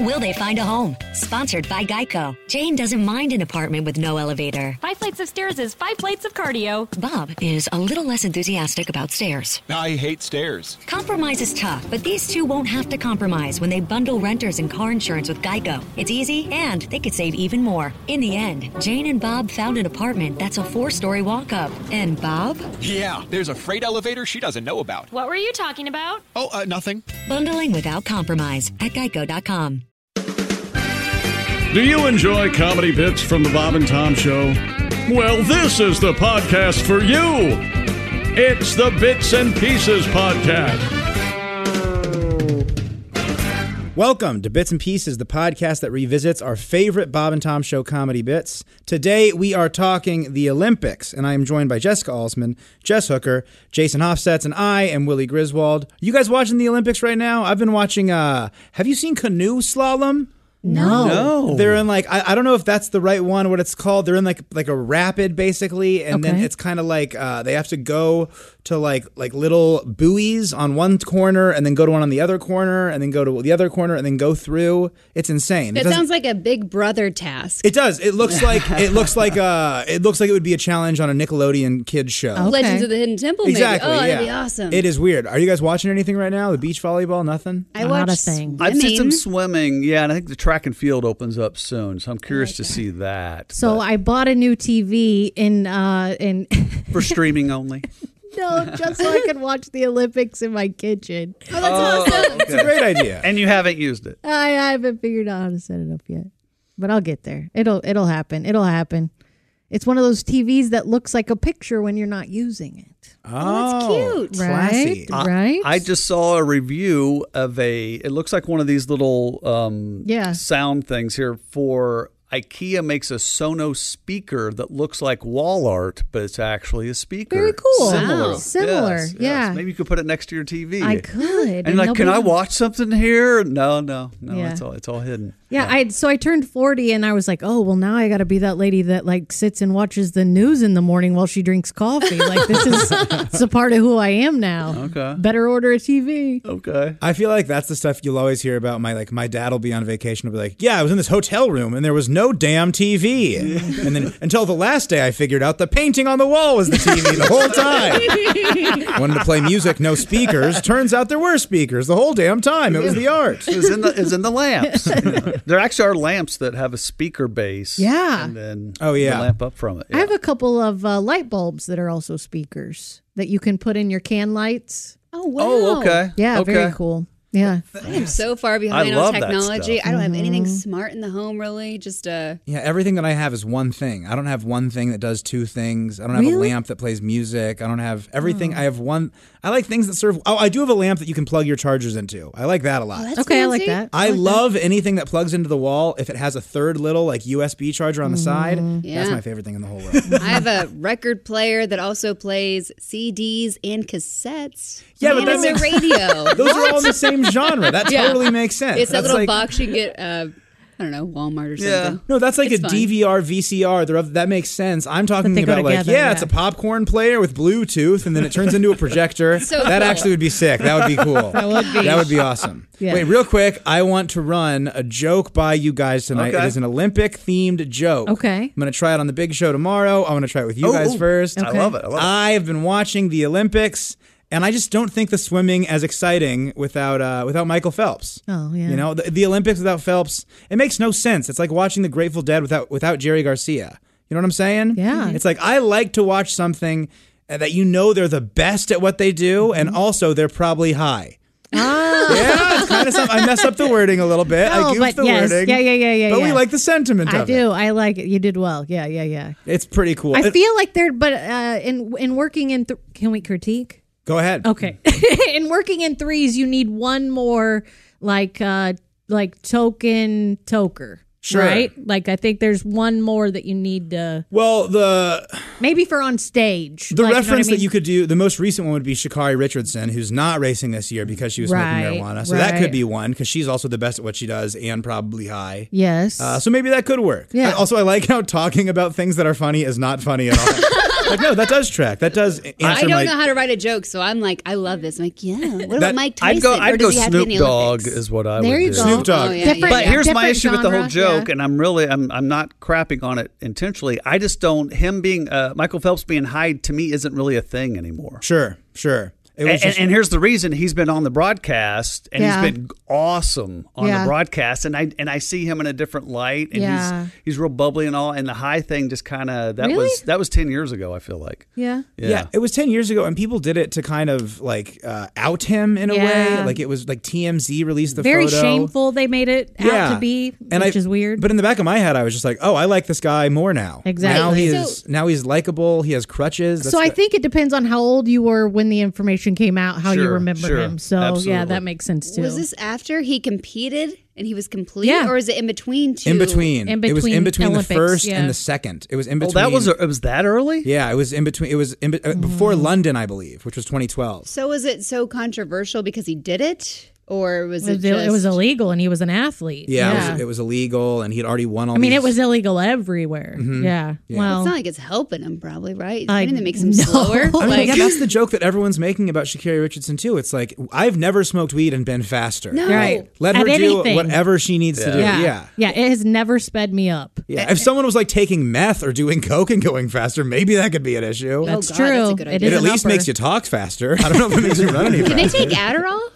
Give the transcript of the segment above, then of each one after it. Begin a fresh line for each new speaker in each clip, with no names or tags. Will they find a home? Sponsored by Geico. Jane doesn't mind an apartment with no elevator.
Five flights of stairs is five flights of cardio.
Bob is a little less enthusiastic about stairs.
I hate stairs.
Compromise is tough, but these two won't have to compromise when they bundle renters and car insurance with Geico. It's easy, and they could save even more. In the end, Jane and Bob found an apartment that's a four story walk up. And Bob?
Yeah, there's a freight elevator she doesn't know about.
What were you talking about?
Oh, uh, nothing.
Bundling without compromise at geico.com.
Do you enjoy comedy bits from the Bob and Tom Show? Well, this is the podcast for you. It's the Bits and Pieces Podcast.
Welcome to Bits and Pieces, the podcast that revisits our favorite Bob and Tom Show comedy bits. Today we are talking the Olympics, and I am joined by Jessica Alsman, Jess Hooker, Jason Hofstetz, and I am Willie Griswold. You guys watching the Olympics right now? I've been watching. Uh, have you seen canoe slalom?
No.
They're in like I, I don't know if that's the right one, what it's called. They're in like like a rapid basically, and then
Okay.
it's kind of like uh, they have to go to like like little buoys on one corner, and then go to one on the other corner, and then go to the other corner, and then go through. It's insane.
That
doesn't-
sounds like a big brother task.
It does. It looks like it looks like uh it looks like it would be a challenge on a Nickelodeon kids show.
Legends
Okay.
of the Hidden Temple,
Exactly.
maybe. Oh,
yeah.
that'd be awesome.
It is weird. Are you guys watching anything right now? The beach volleyball, nothing?
I
Not a
watched
thing.
I've seen some
swimming.
swimming, yeah, and I think the track and field opens up soon, so I'm curious to see that.
So
but
I bought a new TV in uh in
for streaming only.
no, just so I could watch the Olympics in my kitchen. Uh,
Oh, that's awesome.
It's a great idea.
And you haven't used it.
I, I haven't figured out how to set it up yet, but I'll get there. It'll it'll happen. It'll happen. It's one of those TVs that looks like a picture when you're not using it.
oh,
cute.
Classy.
Right? right?
I just saw a review of a. It looks like one of these little um,
Yeah.
sound things here for IKEA makes a Sonos speaker that looks like wall art, but it's actually a speaker.
Very cool.
Similar.
Wow.
Similar,
Yes, yes.
yeah.
Maybe you could put it next to your TV.
I could.
And you're like,
nobody
can I
else-
watch something here? No, no, no.
Yeah.
It's all it's all hidden.
Yeah, I so I turned 40 and I was like, "Oh, well now I got to be that lady that like sits and watches the news in the morning while she drinks coffee." Like this is it's a part of who I am now.
Okay.
Better order a TV.
Okay.
I feel like that's the stuff you'll always hear about. My like, my dad will be on vacation. Will be like, "Yeah, I was in this hotel room and there was no damn TV." And then until the last day, I figured out the painting on the wall was the TV the whole time. Wanted to play music, no speakers. Turns out there were speakers the whole damn time. It was the art.
Is in the is in the lamps. You know. There actually are lamps that have a speaker base.
Yeah.
And then
Oh, yeah.
the lamp up from it.
I have a couple of uh, light bulbs that are also speakers that you can put in your can lights.
Oh, wow.
Oh, okay.
Yeah,
okay.
very cool. Yeah.
I am so far behind
love
on
that
technology.
stuff.
I don't have anything
Mm-hmm.
smart in the home, really. Just uh,
Yeah, everything that I have is one thing. I don't have one thing that does two things. I don't have
Really?
a lamp that plays music. I don't have everything. I have one. I like things that serve. Oh, I do have a lamp that you can plug your chargers into. I like that a lot.
that's
Okay, I like
fancy.
that.
I love anything that plugs into the wall if it has a third little like USB charger on the side. That's
Yeah.
my favorite thing in the whole world.
I have a record player that also plays CDs and cassettes.
Yeah,
and
but
it's
that
a radio.
Those are all in the same genre. That
Oh, Yeah.
totally makes sense.
it's that
That's
little
like,
box you can get. Uh, I don't know, Walmart or something.
Yeah.
No, that's like
It's
a
fine.
DVR, VCR. They're of, that makes sense. I'm talking
they go
about like,
together,
yeah,
yeah.
it's a popcorn player with Bluetooth, and then it turns into a projector.
So
that
cool.
actually would be sick. That would be cool. that would be. That would be awesome.
Yeah.
Wait, real quick, I want to run a joke by you guys tonight.
Okay.
It is an Olympic themed joke.
Okay.
I'm gonna try it on the big show tomorrow. I want to try it with you
Oh,
guys
oh.
first.
I love it. I love it.
I have been watching the Olympics, and I just don't think the swimming as exciting without uh, without Michael Phelps.
Oh, yeah.
You know the, the Olympics without Phelps, it makes no sense. It's like watching the Grateful Dead without without Jerry Garcia. You know what I'm saying?
Yeah.
It's like I like to watch something uh, that you know they're the best at what they do,
Mm-hmm.
and also they're probably high. yeah, it's kind of something. I mess up the wording a little bit. I
No,
goofed
Ah. Oh, but
the
yes.
wording.
Yeah, yeah, yeah, yeah,
But we
yeah.
like the sentiment
I
of
do.
it.
I like it. You did well. Yeah, yeah, yeah.
It's pretty cool.
I
It-
feel like there but uh in in working in th- can we critique?
Go ahead.
Okay. in working in threes, you need one more like uh like token toker.
Sure.
Right? Like I think there's one more that you need to
Well, the
maybe for on stage.
the
like, know what I
reference that
mean?
you could do, the most recent one would be Shakari Richardson, who's not racing this year because she was
Right,
smoking marijuana. So that could
right.
be one because she's also the best at what she does and probably high.
Yes.
Uh, so maybe that could work.
Yeah.
I- also, I like how talking about things that are funny is not funny at all. like, no, that does track. That does answer
I don't
my.
know how to write a joke, so I'm like, I love this. I'm like, yeah. What about
That-
Mike Tyson?
I'd go.
Or
I'd
does
go
he have to be in
Snoop
the
Dogg
Olympics?
is what I
there
would
you
do.
go.
Snoop Dogg.
Oh, yeah,
Different-
But here's my
different
issue with the whole
genre, yeah.
joke, and I'm really I'm I'm not crapping on it intentionally. I just don't him being uh, Michael Phelps being Hyde to me isn't really a thing anymore.
Sure, sure. It was
And,
just-
and here's the reason he's been on the broadcast, and
Yeah.
he's been awesome on
Yeah.
the broadcast, and I and I see him in a different light, and
Yeah.
he's he's real bubbly and all, and the high thing just kind of that
Really?
was that was ten years ago. I feel like
Yeah.
yeah. it was 10 years ago, and people did it to kind of like uh, out him in a
Yeah.
way. Like it was like TMZ released the
Very
photo.
shameful they made it out
yeah.
to be,
and
which
I,
is weird.
But in the back of my head, I was just like, "Oh, I like this guy more now.
Exactly.
Now he
So-
is. now he's likable. He has crutches. That's
so I
the-
think it depends on how old you were when the information came out, how you
Sure,
remember
sure.
him. So yeah,
Absolutely.
that makes sense too.
Was this after he competed and he was complete,
Yeah.
or is it in between two?
in between.
In
It was
between
in between the
Olympics,
first
yeah.
and the second. It was in
Oh,
between.
that was it was that early.
Yeah, it was in between. It was in be- uh,
Mm.
before London, I believe, which was 2012.
So is it so controversial because he did it, or was
It
it?
was, it
Just,
was illegal, and he was an athlete.
Yeah, It, was, it was illegal, and he had already won all.
I mean,
these- Mm-hmm.
it was illegal everywhere. Yeah. Well,
It's not like it's helping him, probably, right?
I-
I mean, it makes him
no.
slower.
I
I mean,
Like,
yeah, that's the joke that everyone's making about Shakira Richardson too. It's like I've never smoked weed and been faster.
no.
right.
Let her
At
do
anything.
whatever she needs to do.
Yeah.
Yeah.
Yeah, It has never sped me up.
Yeah. If someone was like taking meth or doing coke and going faster, maybe that could be an issue.
Oh,
That's
God,
true.
that's a good
It
idea.
is
it at
an
least
upper.
makes you talk faster. I don't know if it makes you run any
Can
faster.
they take Adderall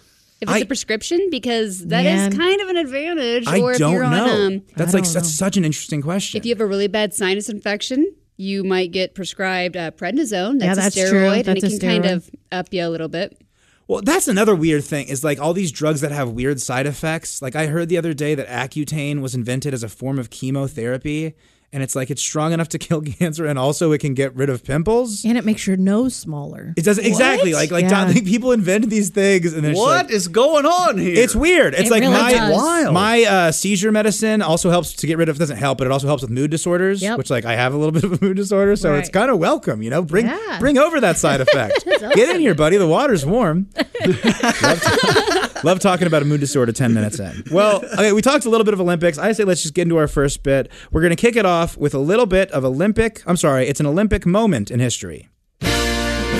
if it's
I-
a prescription? Because that is
Man.
kind of an advantage.
I
or if
don't
you're
know.
on, um,
that's
I
like
don't
that's
know.
such an interesting question.
if you have a really bad sinus infection, you might get prescribed uh, prednisone. That's,
Yeah,
a
that's true.
steroid, and
That's
it
a
can kind
steroid.
of up you a little bit.
well, that's another weird thing is like all these drugs that have weird side effects. Like I heard the other day that Accutane was invented as a form of chemotherapy, and it's like it's strong enough to kill cancer and also it can get rid of pimples.
And it makes your nose smaller.
It doesn't exactly like like,
Yeah.
Don, like people invent these things and then
What is going on here?
It's weird. It's
It
like
really
my
does.
Wild.
my uh, seizure medicine also helps to get rid of. Doesn't help, but it also helps with mood disorders.
Yep.
Which like I have a little bit of a mood disorder, so it's
Right.
kind of welcome. You know, bring
Yeah.
bring over that side effect. Get in here, buddy. The water's warm. love, ta- love talking about a mood disorder ten minutes in. Well, okay, we talked a little bit of Olympics. I say let's just get into our first bit. We're gonna kick it off with a little bit of Olympic. I'm sorry, it's an Olympic moment in history.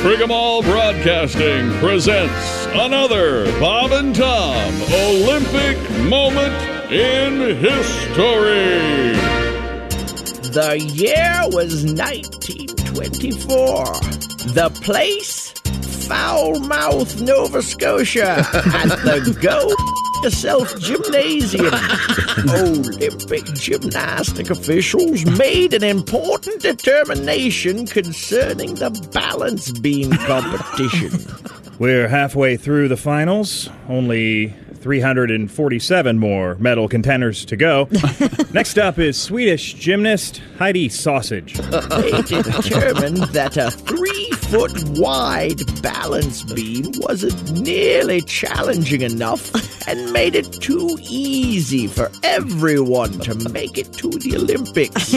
Brigham All Broadcasting presents another Bob and Tom Olympic moment in history.
The year was 1924. The place? Foulmouth, Nova Scotia, at the Go Yourself Gymnasium. Olympic gymnastic officials made an important determination concerning the balance beam competition.
We're halfway through the finals, only 347 more medal contenders to go. Next up is Swedish gymnast Heidi Sausage.
they determined that a three foot wide balance beam wasn't nearly challenging enough and made it too easy for everyone to make it to the Olympics.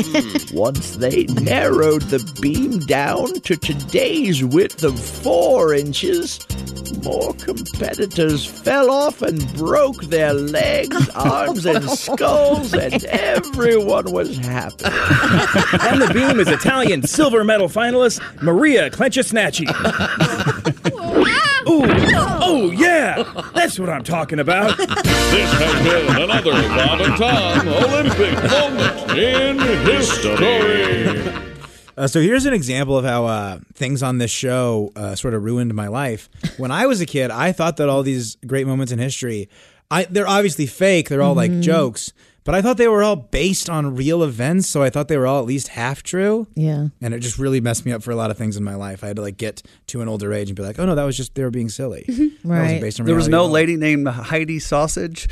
Once they narrowed the beam down to today's width of four inches, more competitors fell off and broke their legs, arms, and skulls, and everyone was happy.
On the beam is Italian silver medal finalist Maria Clenchesnacci. Ooh, oh yeah, that's what I'm talking about.
This has been another Bob and Tom Olympic moment in history.
Uh, so here's an example of how uh, things on this show uh, sort of ruined my life. When I was a kid, I thought that all these great moments in history, I, they're obviously fake. They're all like jokes. But I thought they were all based on real events, so I thought they were all at least half true.
Yeah.
And it just really messed me up for a lot of things in my life. I had to like get to an older age and be like, oh no, that was just they were being silly. That wasn't based on
there was
reality
no
at all.
lady named Heidi Sausage.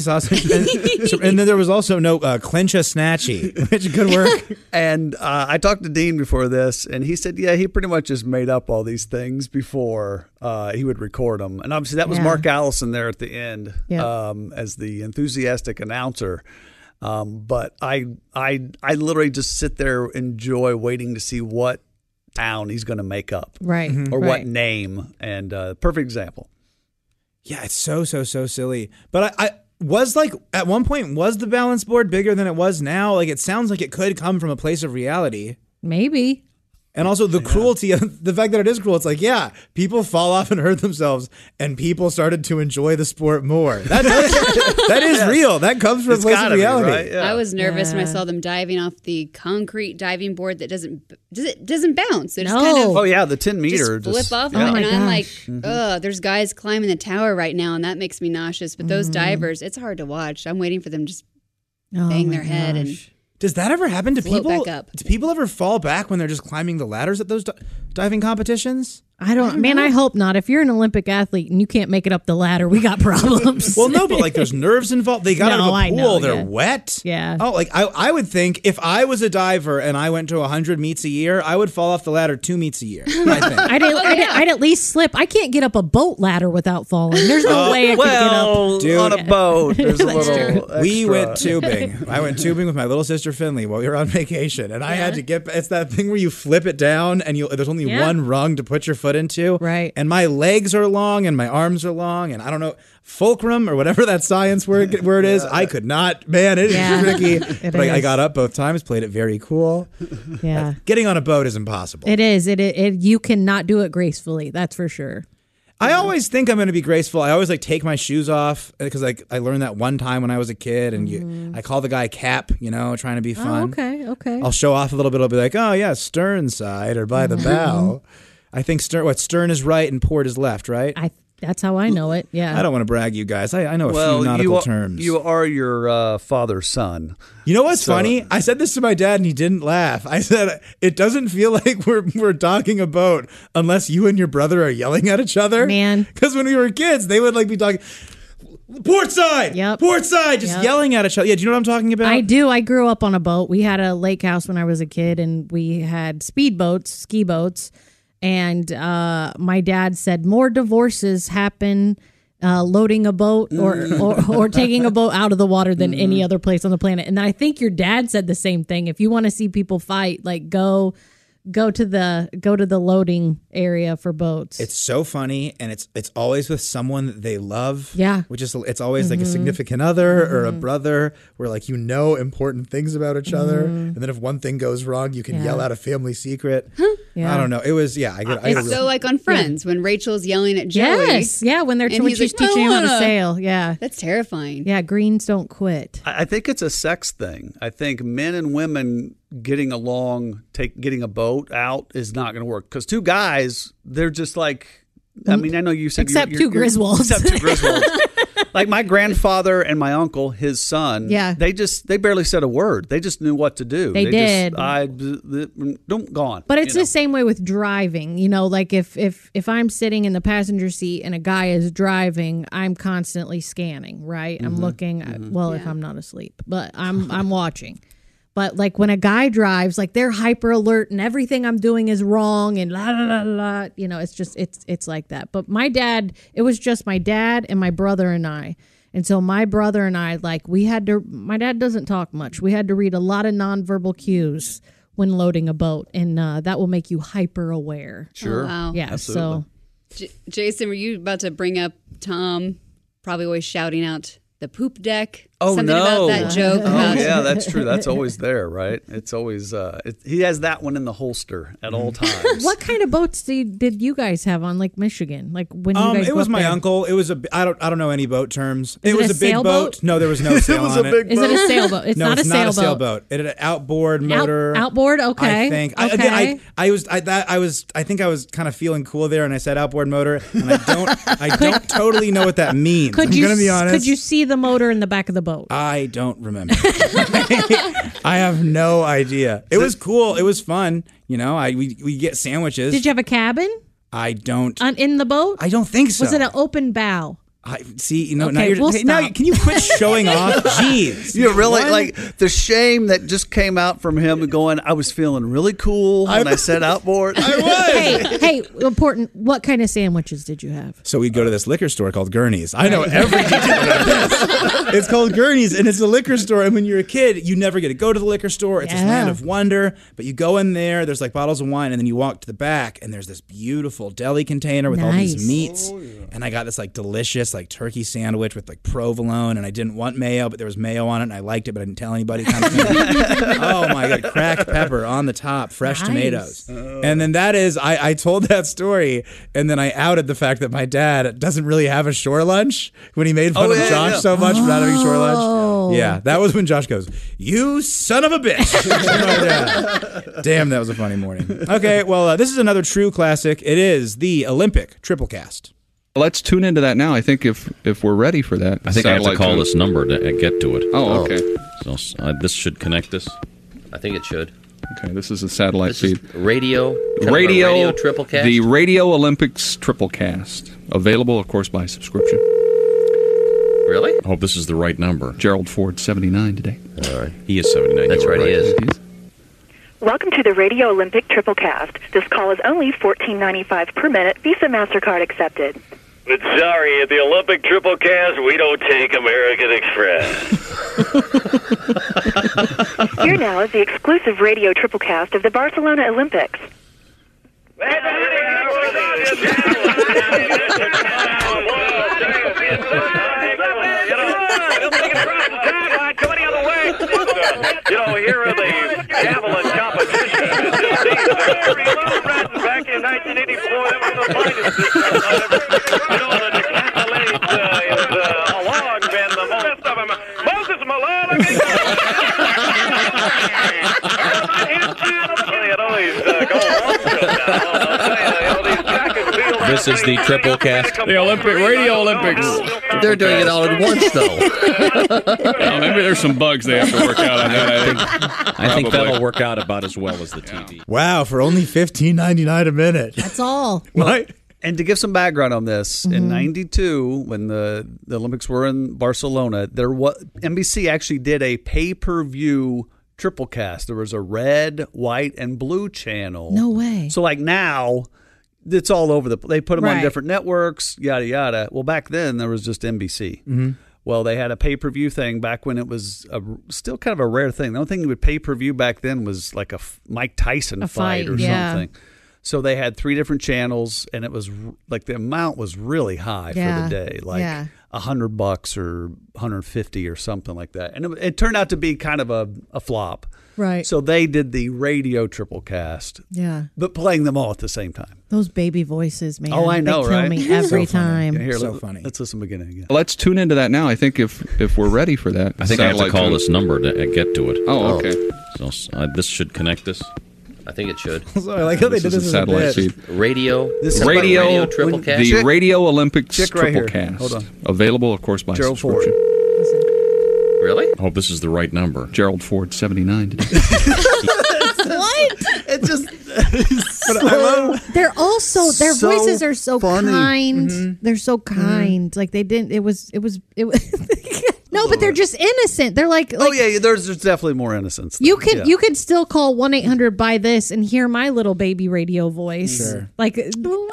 Sausage. and, so- and then there was also no uh, clinch a snatchy, which good work.
and uh, I talked to Dean before this, and he said, yeah, he pretty much just made up all these things before uh, he would record them. And obviously, that was
Yeah.
Mark Allison there at the end
Yeah.
um, as the enthusiastic announcer. Um, but I, I, I literally just sit there, enjoy waiting to see what town he's going to make up,
Right, Mhm.
Or what
right.
name? And uh, perfect example.
Yeah, it's so so so silly. But I, I was like at one point was the balance board bigger than it was now? Like it sounds like it could come from a place of reality.
Maybe.
And also the cruelty of the fact that it is cruel. It's like, yeah, people fall off and hurt themselves, and people started to enjoy the sport more. That is, that is real. That comes from a place of reality.
I was nervous when I
Yeah.
saw them diving off the concrete diving board that doesn't does it doesn't bounce. They're just
No.
kind of
Oh, yeah, the 10 meter
just flip
just-
off,
yeah.
of it,
Oh, my
and I'm like,
gosh. Mhm.
oh, there's guys climbing the tower right now, and that makes me nauseous. But those
Mm-hmm.
divers, it's hard to watch. I'm waiting for them to just
Oh
bang their head and
Does that ever happen to
Float
people?
back up.
Do people ever fall back when they're just climbing the ladders at those di- diving competitions?
I don't, man, I hope not. If you're an Olympic athlete and you can't make it up the ladder, we got problems.
well, no, but like there's nerves involved. They got
No,
out
I
of the
know,
pool. they're
yeah.
wet.
Yeah.
Oh, like I, I would think if I was a diver and I went to 100 meets a year, I would fall off the ladder two meets a year. I think.
I'd, I'd, I'd at least slip. I can't get up a boat ladder without falling. There's no
Oh,
way I
Uh, well,
could get up.
on a boat, there's a
That's
little. extra.
We went tubing. I went tubing with my little sister Finley while we were on vacation, and I had to get. It's that thing where you flip it down, and you there's only
Yeah.
one rung to put your foot into. Right. And my legs are long, and my arms are long, and I don't know fulcrum or whatever that science word word is. I could not. Man, it is
Yeah,
tricky.
it
but I, I
is.
got up both times, played it very cool.
Yeah.
Getting on a boat is impossible.
It is. It, it, it. You cannot do it gracefully. That's for sure.
I always think I'm going to be graceful. I always like take my shoes off because like I learned that one time when I was a kid, and you, I call the guy Cap, you know, trying to be fun.
Mm-hmm. Oh, okay. Okay.
I'll show off a little bit. I'll be like, oh yeah, stern side or by the
Mm-hmm.
bow. I think stern. What stern is right and port is left, right? I
That's how I uh, know it. Yeah.
I don't want to brag, you guys. I, I know a few nautical
you are,
terms.
You are your uh, father's son.
You know what's
So-
funny? I said this to my dad and he didn't laugh. I said it doesn't feel like we're we're docking a boat unless you and your brother are yelling at each other. Man, because when we were kids, they would like be talking port side, yep. port side, just
Yep.
yelling at each other. Yeah, do you know what I'm talking about?
I do. I grew up on a boat. We had a lake house when I was a kid, and we had speed boats, ski boats. And uh, my dad said more divorces happen uh, loading a boat or, or or taking a boat out of the water than any other place on the planet. And I think your dad said the same thing. If you want to see people fight, like go go to the go to the loading area for boats.
It's so funny, and it's it's always with someone that they love.
Yeah.
which is it's always like a
Mhm.
significant other or a brother, where like you know important things about each other, and then if one thing goes wrong, you can
Yeah.
yell out a family secret.
Yeah.
I don't know. It was yeah. I, get I
It's
really-
so like on Friends when Rachel's yelling at Joey.
Yes. Yeah, when they're-
and
when
he's
she's
"I
teaching him how to
wanna."
sail. Yeah.
That's terrifying.
Yeah, greens don't quit.
I I think it's a sex thing. I think men and women getting along, take getting a boat out is not going to work because two guys, they're just like. I mean, I know you said you-
Except
you're-
two
you're-
Griswolds.
Except two Griswolds. like my grandfather and my uncle, his son.
Yeah.
they just they barely said a word. They just knew what to do.
They did.
Just, I don't gone.
But it's
you know?
the same way with driving. You know, like if if if I'm sitting in the passenger seat and a guy is driving, I'm constantly scanning, right?
Mm-hmm.
I'm looking. uh, Well, if I'm not asleep, but I'm I'm watching. But like when a guy drives, like they're hyper alert and everything I'm doing is wrong and la la la la. You know, it's just it's it's like that. But my dad, it was just my dad and my brother and I. And so my brother and I, like, we had to, my dad doesn't talk much. We had to read a lot of nonverbal cues when loading a boat, and uh, that will make you hyper aware.
Sure. Oh, wow.
Yeah.
Absolutely. J- Jason, were you about to bring up Tom probably always shouting out the poop deck?
Oh
Something
no!
about that joke.
Oh
about-
yeah, that's true. That's always there, right? It's always uh, it, he has that one in the holster at all
Mm-hmm.
So,
times.
what kind of boats did, did you guys have on Lake Michigan? Like when you
Um,
guys
it
go
was
up
my
there?
uncle. It was a. b- I don't. I don't know any boat terms.
Is it
was
a
a big
sailboat?
boat. No, there was no
It
sail
was a
on
big Is it a boat. sailboat? It's
no,
not a
it's not a
sailboat.
sailboat. It had an outboard motor.
outboard? Okay.
I think. I, again,
Okay.
I, I was. I that. I was. I think I was kind of feeling cool there, and I said outboard motor, and I don't. I don't totally know what that means.
Could
I'm
you
gonna be honest.
could you see the motor in the back of the boat?
I don't remember. I have no idea. It was cool. It was fun. You know, I we, we get sandwiches.
Did you have a cabin
I don't.
on in the boat?
I don't think so.
Was it an open bow?
I see. You know, now
Okay,
you're
we'll
hey, now
stop.
can you quit showing off? Jeez,
You really
One-
like the shame that just came out from him going, I was feeling really cool when I, set outboard. I
hey, hey, important. What kind of sandwiches did you have?
So we'd go to this liquor store called Gurney's. I know every detail about this. It's called Gurney's, and it's a liquor store. And when you're a kid, you never get to go to the liquor store. It's this
Yeah.
land of wonder. But you go in there, there's like bottles of wine, and then you walk to the back, and there's this beautiful deli container with all
Nice.
these meats.
Oh,
And I got this like delicious like turkey sandwich with like provolone, and I didn't want mayo, but there was mayo on it, and I liked it, but I didn't tell anybody. Kind of thing. oh my god, cracked pepper on the top, fresh
Nice.
tomatoes.
Oh.
And then that is, I, I told that story, and then I outed the fact that my dad doesn't really have a shore lunch when he made fun
Oh,
of
yeah,
Josh
yeah.
so much for not having shore
Oh.
lunch. Yeah, that was when Josh goes, "You son of a bitch!" to my dad. Damn, that was a funny morning. Okay, well, uh, this is another true classic. It is the Olympic triple cast.
Let's tune into that now. I think if if we're ready for that.
I think I have to
Satellite
call
tune.
this number to uh, get to it.
Oh, okay.
So uh, this should connect this. I think it should.
Okay, this is a satellite feed.
Radio.
Radio,
triple cast.
The Radio Olympics triple cast, available, of course, by subscription.
really? I hope this is the right number.
Gerald Ford, seventy nine today.
All right. He is 79. That's
You were
right, He is.
Welcome to the Radio Olympic Triple Cast. This call is only fourteen ninety five per minute. Visa Mastercard accepted.
But sorry, at the Olympic triple cast, we don't take American Express.
Here now is the exclusive Radio Triple Cast of the Barcelona Olympics.
you know, here are the javelin competition. back in 1984, that was the finest. You know, the decathlete uh, is uh, long been the best of them. Moses Malone, I can
This is the triple cast.
The Olympic Radio Olympics.
They're doing it all at once, though.
Well, maybe there's some bugs they have to work out on that. I think.
I think
Probably.
that'll work out about as well as the TV.
Wow, for only fifteen ninety nine a minute.
That's all.
Well, and to give some background on this,
Mhm.
in '92, when the, the Olympics were in Barcelona, there was NBC actually did a pay per view triple cast. There was a red, white, and blue channel.
No way.
So like now, it's all over the. They put them
Right.
on different networks, yada yada. Well, back then there was just NBC.
Mhm.
Well, they had a pay per view thing back when it was a, still kind of a rare thing. The only thing that would pay per view back then was like a f- Mike Tyson
A
fight,
fight,
or
yeah.
something. So they had three different channels, and it was r- like the amount was really high
Yeah.
for the day, like
Yeah.
a hundred bucks or hundred fifty or something like that. And it, it turned out to be kind of a, a flop.
Right.
So they did the radio triple cast,
Yeah.
but playing them all at the same time.
Those baby voices, man.
oh, I know,
they kill
right?
me every time.
Here,
So
let-
funny.
Let's listen to the beginning again.
Let's tune into that now. I think if if we're ready for that.
I think I have to
Satellite
call
tune.
this number to uh, get to it.
Oh, okay.
So uh, this should connect this. I think it should.
So I like how they did
This
this
is a
as a
satellite
bit.
feed.
Radio.
This is
Radio, the
Chick-
Radio Olympics
chick right
triple
here.
cast,
Hold on.
available, of course, by
Gerald Ford.
subscription.
Really? I hope this is the right number.
Gerald Ford, seventy nine today.
What?
It just
But I love
They're also their
So
voices are so
funny. Mm-hmm.
kind.
Mm-hmm.
They're so kind. Like they didn't. It was. It was. It was. no, but they're just innocent. They're like. like
oh yeah, yeah, there's there's definitely more innocence.
You
there.
can
Yeah.
you can still call one eight hundred by this and hear my little baby radio voice.
Sure.
Like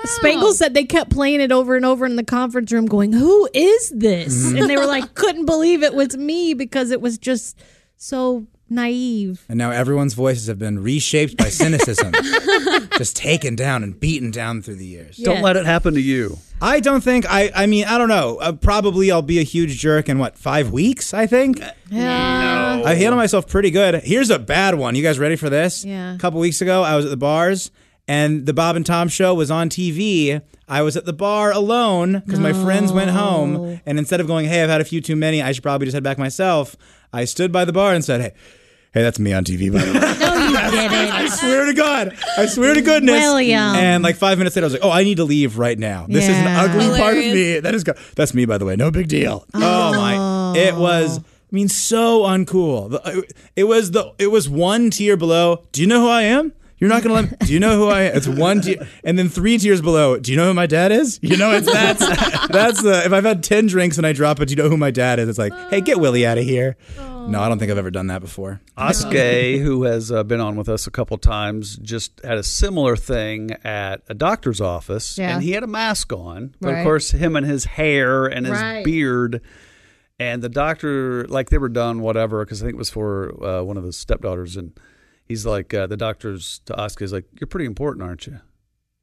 Spangle said, they kept playing it over and over in the conference room, going, "Who is this?"
Mm-hmm.
And they were like, couldn't believe it was me because it was just so naive.
And now everyone's voices have been reshaped by cynicism, just taken down and beaten down through the years.
don't let it happen to you.
I don't think I. I mean, I don't know. Uh, probably I'll be a huge jerk in what five weeks? I think
Yeah.
I handle myself pretty good. Here's a bad one. You guys ready for this?
Yeah.
A couple weeks ago, I was at the bars, and the Bob and Tom show was on TV. I was at the bar alone because my friends went home, and instead of going, "Hey, I've had a few too many. I should probably just head back myself," I stood by the bar and said, "Hey." Hey, that's me on TV, by the way.
No, you didn't.
I swear to God. I swear to goodness.
William.
And like five minutes later, I was like, oh, I need to leave right now. This is an
Yeah.
ugly part of me. That is, go- that's me, by the way. No big deal. Oh, my. It was I mean, so uncool. The- uh, It was the it was one tier below. Do you know who I am? You're not gonna let. Me, do you know who I? am? It's one tier, and then three tiers below. Do you know who my dad is? You know, it's that's that's the. If I've had ten drinks and I drop it, do you know who my dad is? It's like, hey, get Willie out of here. No, I don't think I've ever done that before.
Oskay, who has uh, been on with us a couple times, just had a similar thing at a doctor's office,
Yeah.
and he had a mask on. But
Right.
of course, him and his hair and his
Right.
beard, and the doctor, like they were done whatever, because I think it was for uh, one of his stepdaughters, and he's like, uh, the doctor's to Oskay is like, "You're pretty important, aren't you?"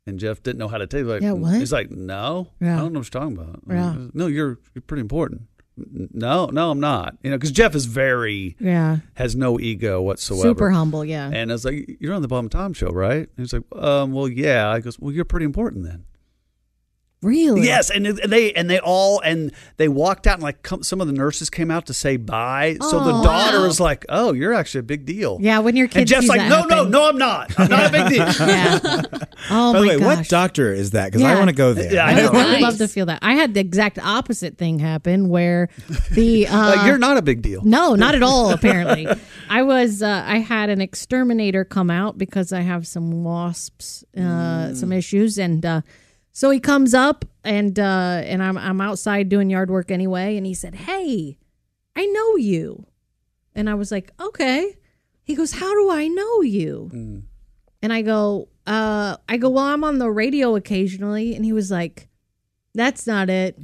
And Jeff didn't know how to take. Like,
Yeah, what?
He's like, "No,
Yeah.
I don't know what you're talking about."
Yeah.
No, you're you're pretty important. N- No, no, I'm not. You know, because Jeff is very
Yeah.
has no ego whatsoever.
Super humble, yeah.
And I was like, "You're on the Bob and Tom show, right?" And he's like, "Um, well, yeah." I goes, "Well, you're pretty important then."
Really?
Yes, and it- they and they all and they walked out and like come, some of the nurses came out to say bye. so the
Oh,
daughter
wow.
is like, "Oh, you're actually a big deal."
Yeah, when your kid
and Jeff's
sees
like,
that
"No,
happen.
no, no, I'm not. I'm not a big deal."
Oh my
By the way,
gosh.
what doctor is that? Because I
Yeah.
want to go there.
I would I'd love to feel that. I had the exact opposite thing happen where the uh,
Like, you're not a big deal.
No, not at all. Apparently, I was. Uh, I had an exterminator come out because I have some wasps, uh, some issues, and uh, so he comes up and uh, and I'm I'm outside doing yard work anyway, and he said, "Hey, I know you," and I was like, "Okay." He goes, "How do I know you?" And I go, uh, I go, well, I'm on the radio occasionally. And he was like, that's not it.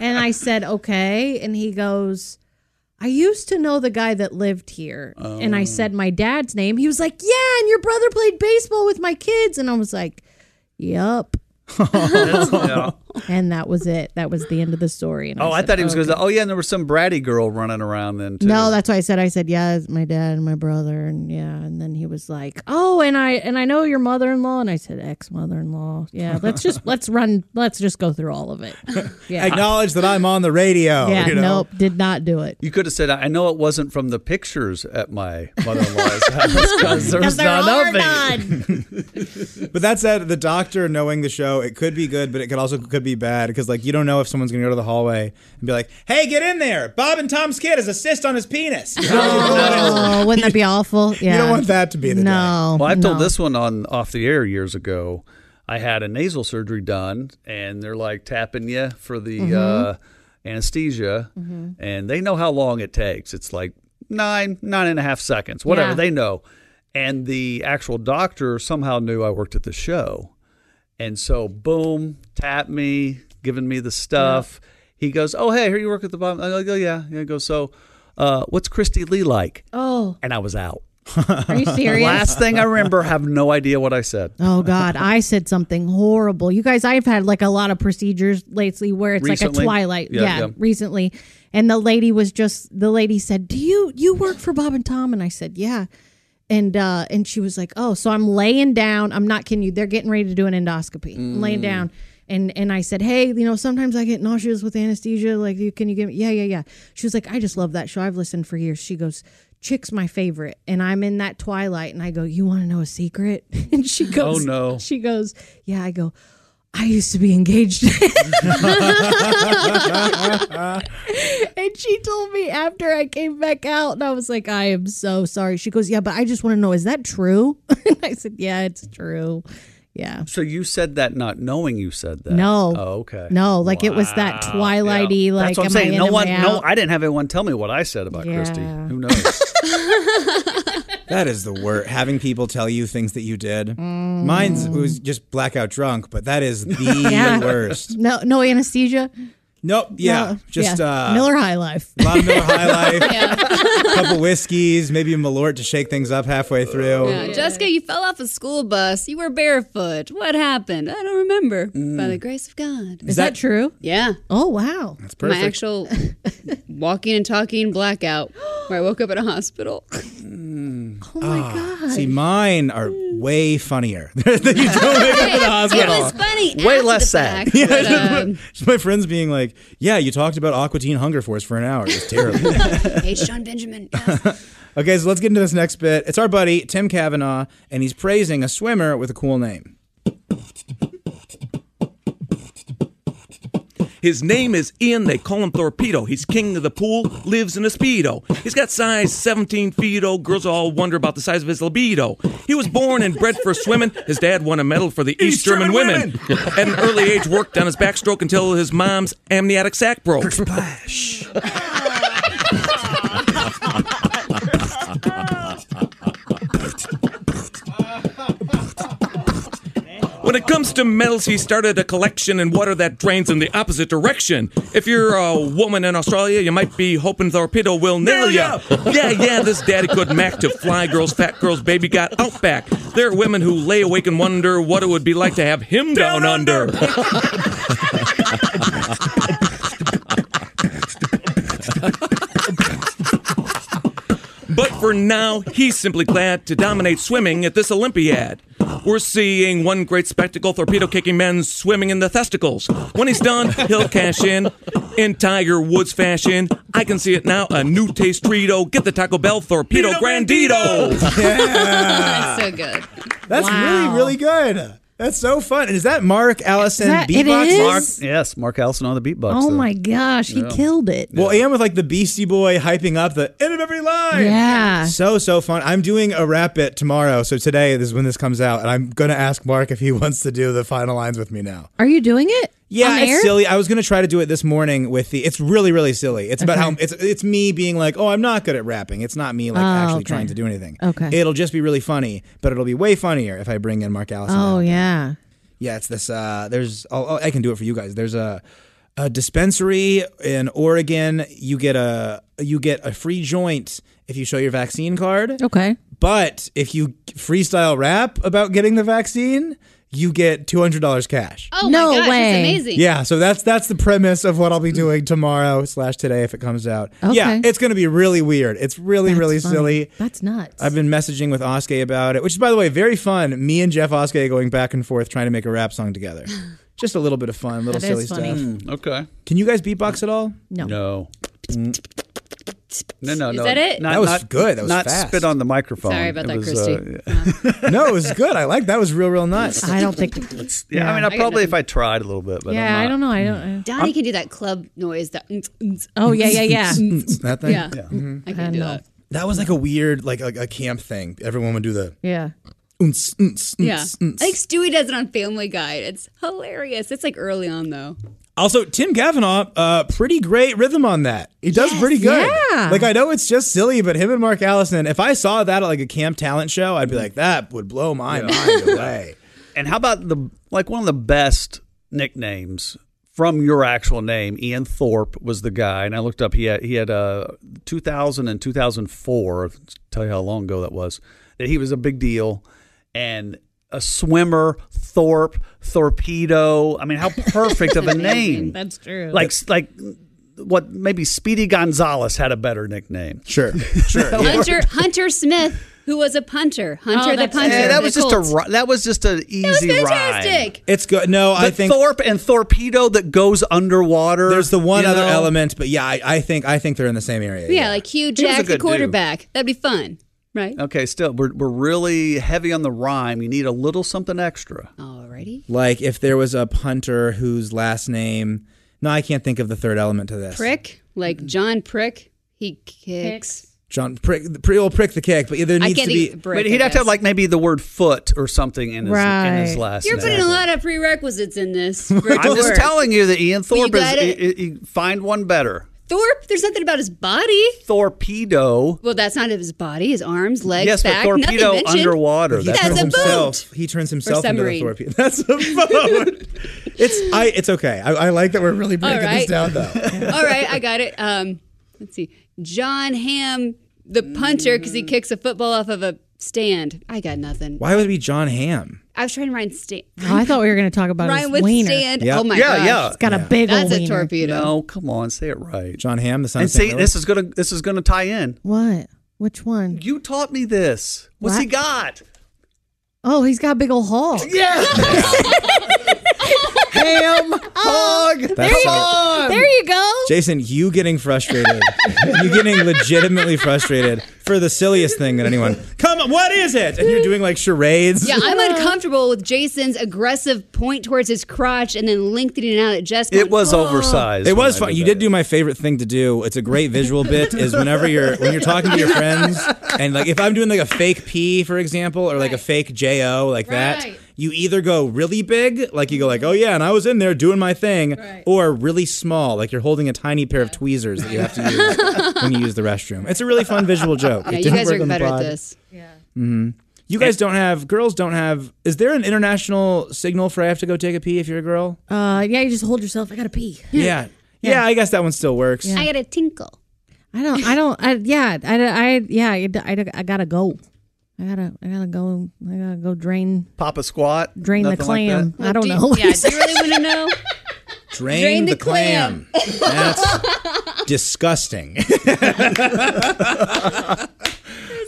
and I said, okay. And he goes, I used to know the guy that lived here. And
Oh.
I said my dad's name. He was like, yeah. And your brother played baseball with my kids. And I was like, yup. And that was it. That was the end of the story. And
Oh, I
said,
thought he was
"Okay."
going to. Oh, yeah, and there was some bratty girl running around then too.
No, that's why I said I said yeah, it's my dad and my brother and yeah, and then he was like, "Oh, and I and I know your mother-in-law." And I said, "Ex-mother-in-law." Yeah, let's just let's run let's just go through all of it. Yeah.
Acknowledge that I'm on the radio.
yeah,
you know.
nope, did not do it.
You could have said, "I know it wasn't from the pictures at my mother-in-law's house because there was
there
none
are
of it."
But that said, the doctor knowing the show, it could be good, but it could also could be bad because like you don't know if someone's gonna go to the hallway and be like, "Hey, get in there! Bob and Tom's kid has a cyst on his penis." You
Oh, wouldn't that be awful? Yeah.
don't want that to be the
No.
Well, I've told
no.
this one on off the air years ago. I had a nasal surgery done, and they're like tapping you for the
Mm-hmm.
uh,
Mhm.
anesthesia,
Mm-hmm.
Mhm.
and they know how long it takes. It's like nine, nine and a half seconds, whatever
Yeah.
they know. And the actual doctor somehow knew I worked at the show, and so boom, tap me, giving me the stuff. He goes, "Oh hey, here you work at the bottom." I go, "Oh, "Yeah." yeah. He goes, "So, uh, what's Christy Lee like?"
Oh.
and I was out.
Are you serious?
Last thing I remember, I have no idea what I said.
Oh God, I said something horrible. You guys, I've had like a lot of procedures lately where it's like
Recently?
a twilight.
Yeah,
Yeah,
yeah.
recently. And the lady was just the lady said, "Do you you work for Bob and Tom?" And I said, "Yeah." And uh and she was like, "Oh, so I'm laying down. I'm not kidding you. They're getting ready to do an endoscopy. I'm laying
Mm.
down." And and I said, "Hey, you know, sometimes I get nauseous with anesthesia. Like, you can you give me? Yeah, yeah, yeah." She was like, "I just love that show. I've listened for years." She goes, "Chick's my favorite." And I'm in that twilight, and I go, "You want to know a secret?" And she goes,
Oh, no.
She goes, "Yeah." I go, "I used to be engaged." and she told me after I came back out, and I was like, I am so sorry. She goes, Yeah, but I just want to know, is that true? and I said, Yeah, it's true. Yeah.
So you said that not knowing you said that.
No.
Oh, okay.
No, like it was that
Wow.
twilighty, like,
That's what I'm
am I
saying.
in,
No
am
one.
I
No,
out?
I didn't have anyone tell me what I said about Christy.
Yeah.
Who knows?
That is the worst. Having people tell you things that you did. Mine's was just blackout drunk, but that is the
Yeah.
worst.
No, no anesthesia.
Nope. Yeah.
No,
just
yeah.
uh,
Miller High Life.
A lot of Miller High Life. A couple whiskeys, maybe a Malort to shake things up halfway through.
Yeah, Jessica, you fell off a school bus. You were barefoot. What happened? I don't remember. By
Mm.
the grace of God.
Is that true?
Yeah.
Oh wow. That's
My actual walking and talking blackout where I woke up at a hospital.
Oh
my god. Ah, See, mine are way funnier. that you don't wake up in the hospital.
It was funny.
Way
after
less
the fact,
Yeah,
but,
just,
um,
my, just my friends being like, "Yeah, you talked about Aqua Teen Hunger Force for an hour. It was terrible."
H. John um, Benjamin.
okay, so let's get into this next bit. It's our buddy Tim Kavanaugh, and he's praising a swimmer with a cool name.
His name is Ian. They call him Torpedo. He's king of the pool, lives in a Speedo. He's got size 17 feet. Oh, girls all wonder about the size of his libido. He was born and bred for swimming. His dad won a medal for the East,
East
German,
German
women. At an early age, worked on his backstroke until his mom's amniotic sac broke. Splash. When it comes to metals, he started a collection in water that drains in the opposite direction. If you're a woman in Australia, you might be hoping torpedo will nail ya. Yeah, yeah, this daddy could mac to fly girls, fat girls, baby got out back. There are women who lay awake and wonder what it would be like to have him down, under. But for now, he's simply glad to dominate swimming at this Olympiad. We're seeing one great spectacle torpedo kicking men swimming in the testicles. When he's done, he'll cash in in Tiger Woods fashion. I can see it now a new taste Trito. Get the Taco Bell torpedo Grandito.
That's so good.
That's really, really good. That's so fun. And is that Mark Allison
Is that- it
beatbox?
is?
Mark, yes, Mark Allison on the beatbox.
oh
there.
my gosh, he
Yeah.
killed it.
Well, and with like the Beastie Boy hyping up the end of every line.
Yeah.
So, so fun. I'm doing a rap it tomorrow. So today this is when this comes out. And I'm going to ask Mark if he wants to do the final lines with me now.
Are you doing it?
Yeah,
On
it's
air?
silly. I was gonna try to do it this morning with the. It's really, really silly. It's about
Okay.
how it's it's me being like, oh, I'm not good at rapping. It's not me like
Oh,
actually
okay.
trying to do anything.
Okay.
It'll just be really funny, but it'll be way funnier if I bring in Mark Allison.
Oh yeah.
Yeah, it's this. Uh, there's. I'll, I'll- I can do it for you guys. There's a, a dispensary in Oregon. You get a you get a free joint if you show your vaccine card.
Okay.
But if you freestyle rap about getting the vaccine, you get two hundred dollars cash.
Oh
No
my gosh,
way.
it's amazing.
Yeah, so that's that's the premise of what I'll be doing tomorrow slash today if it comes out. Yeah,
Okay.
it's gonna be really weird. It's really
That's
really
funny.
silly.
That's nuts.
I've been messaging with Oskay about it, which is by the way very fun. Me and Jeff Oskay going back and forth trying to make a rap song together. Just a little bit of fun, little
That
silly
is funny.
stuff.
Mm, okay.
Can you guys beatbox at all? Mm.
No.
No. No, no,
Is
no.
that it?
Not,
That was
not-
good. That was
not
fast.
spit on the microphone.
Sorry about
It
that,
was,
Christy.
uh,
no, it was good. I like that. Was real real nice.
I don't think.
yeah, I mean, I,
got
probably
nothing.
if I tried a little bit, but
yeah, I
I'm
don't know. I don't. I-
Donnie can do that club noise. That
Oh yeah, yeah, yeah.
that thing.
Yeah. I can do that.
That was like a weird like a, a camp thing. Everyone would do the.
Yeah.
Unts, unts,
Yeah.
unts,
I
unts.
think Stewie does it on Family Guide. It's hilarious. It's like early on though.
Also, Tim Kavanaugh, uh, pretty great rhythm on that. He does pretty good.
Yeah.
Like I know it's just silly, but him and Mark Allison, if I saw that at like a camp talent show, I'd be like, that would blow my mind away.
And how about the like one of the best nicknames from your actual name? Ian Thorpe was the guy, and I looked up. He had he had uh, 2000 and 2004. Tell you how long ago that was. That he was a big deal and a swimmer. Thorpe, torpedo. I mean, how perfect of a name.
That's true.
Like like what? Maybe Speedy Gonzalez had a better nickname.
Sure, sure.
Hunter Hunter Smith, who was a punter. Hunter the
Oh, that's
punter.
Yeah, that was
the
just a
Colts.
ri- that was just an easy
That was
ride.
fantastic.
It's good. No, I
The
think
Thorpe and torpedo that goes underwater.
there's the one
you
other
know?
element, but yeah, I, I think I think they're in the same area.
Yeah, like Hugh Jack, the
good dude.
quarterback. That'd be fun, right?
Okay, still we're we're really heavy on the rhyme. You need a little something extra.
Oh. Alrighty.
Like if there was a punter whose last name, no, I can't think of the third element to this.
Prick,
Mm-hmm.
like John Prick, he kicks.
John Prick, Prick will prick the kick, but there
I
needs
can't
to
think
be.
of
But
Brick.
he'd
I
have to have
guess.
like maybe the word foot or something in his in his
Right.
last
You're
name.
putting a lot of prerequisites in this. Rick
I'm just
Thorpe.
telling you that Ian
Well, you
Thorpe is.
got it.
i- i- i- find one better.
Thorpe, there's nothing about his body.
Torpedo.
Well, that's not his body, his arms, legs,
yes,
back.
but torpedo
nothing mentioned.
underwater.
He
That's
That's
turns
a
himself.
boat.
He turns himself
Or
into the
submarine.
torpedo. That's a boat. it's I. It's okay. I, I like that we're really breaking this
right.
down though.
All right, I got it. Um, let's see. John Ham, the punter, because he kicks a football off of a stand. I got nothing.
Why would it be John Ham?
I was trying to rhyme stand.
oh, I thought we were going to talk about
Rhyme
his
with
wiener.
stand.
Yeah.
Oh my
Yeah,
gosh.
yeah.
It's got a big old
That's a
wiener.
torpedo.
no, come on, say it right.
John Ham, the son
And
of Sam
see,
Miller?
this is gonna this is gonna tie in.
What? Which one?
You taught me this. What's he
What?
got?
Oh, he's got a big old hog.
Yeah. Ham hog.
That's
Come
all.
on.
There you Oh, go.
Jason, you getting frustrated. you getting legitimately frustrated for the silliest thing that anyone. Come on, what is it? And you're doing like charades.
Yeah, I'm uncomfortable with Jason's aggressive point towards his crotch and then lengthening it out at Oh. Jessica.
It was fun. You did do my favorite thing to do. It's a great visual bit. Is whenever you're when you're talking to your friends and like if I'm doing like a fake P for example or like a fake J O like that. You either go really big, like you go like, oh yeah, and I was in there doing my thing, or really small, like you're holding a tiny pair of tweezers that you have to use when you use the restroom. It's a really fun visual joke.
Yeah,
It
you
didn't
guys
work
are
on the
better at
pod.
this.
Mhm. You guys don't have girls don't have. Is there an international signal for I have to go take a pee if you're a girl?
Uh, yeah, you just hold yourself. I gotta pee.
Yeah. Yeah, I guess that one still works.
Yeah.
I got a tinkle.
I don't. I don't. I, yeah. I. I. Yeah. I, I, I gotta go. I gotta. I gotta go. I gotta go drain.
Pop a squat.
Drain the
nothing like
clam.
that?
I don't
do you-
know.
yeah, do you really want to know?
Drain,
Drain
the,
the
clam. That's disgusting.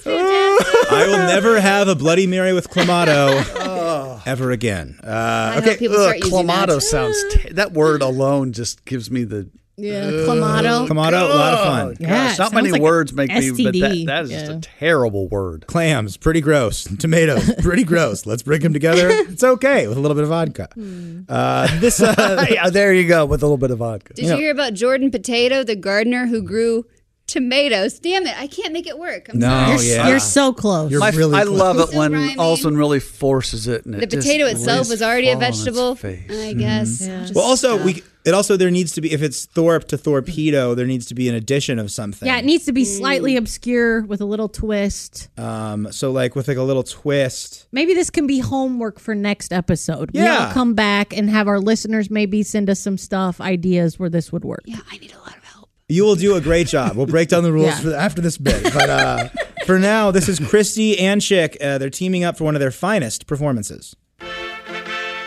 I will never have a Bloody Mary with clamato ever again. Uh,
okay,
people
Oh. ugh,
start using that.
clamato sounds. T- that word alone just gives me the.
Yeah,
clamato. Clamato, a lot of fun.
Oh, gosh,
Yeah, it
not
sounds
many
like
words make me, but that,
STD.
that is just
Yeah.
a terrible word.
Clams, pretty gross. Tomatoes, pretty gross. Let's bring them together. It's okay with a little bit of vodka.
Hmm.
Uh, this, uh,
yeah, there you go with a little bit of vodka.
Did you, hear about Jordan Potato, the gardener who grew tomatoes? Damn it, I can't make it work. I'm
No,
sorry.
You're s- yeah. you're so
close.
You're
My-
really
I
close.
love
It's
it when Olson really forces it. And
The potato itself was already a vegetable.
face.
I guess. I'll just
Mm-hmm. well, also
stop.
we it also there needs to be if it's Thorpe to Thorpedo, there needs to be an addition of something.
Yeah, it needs to be slightly obscure with a little twist.
Um, so like with like a little twist.
Maybe this can be homework for next episode. We
Yeah.
all come back and have our listeners maybe send us some stuff, ideas where this would work. Yeah,
You will do a great job. We'll break down the rules
Yeah.
for, after this bit. But uh, for now, this is Christy and Chick. Uh, they're teaming up for one of their finest performances.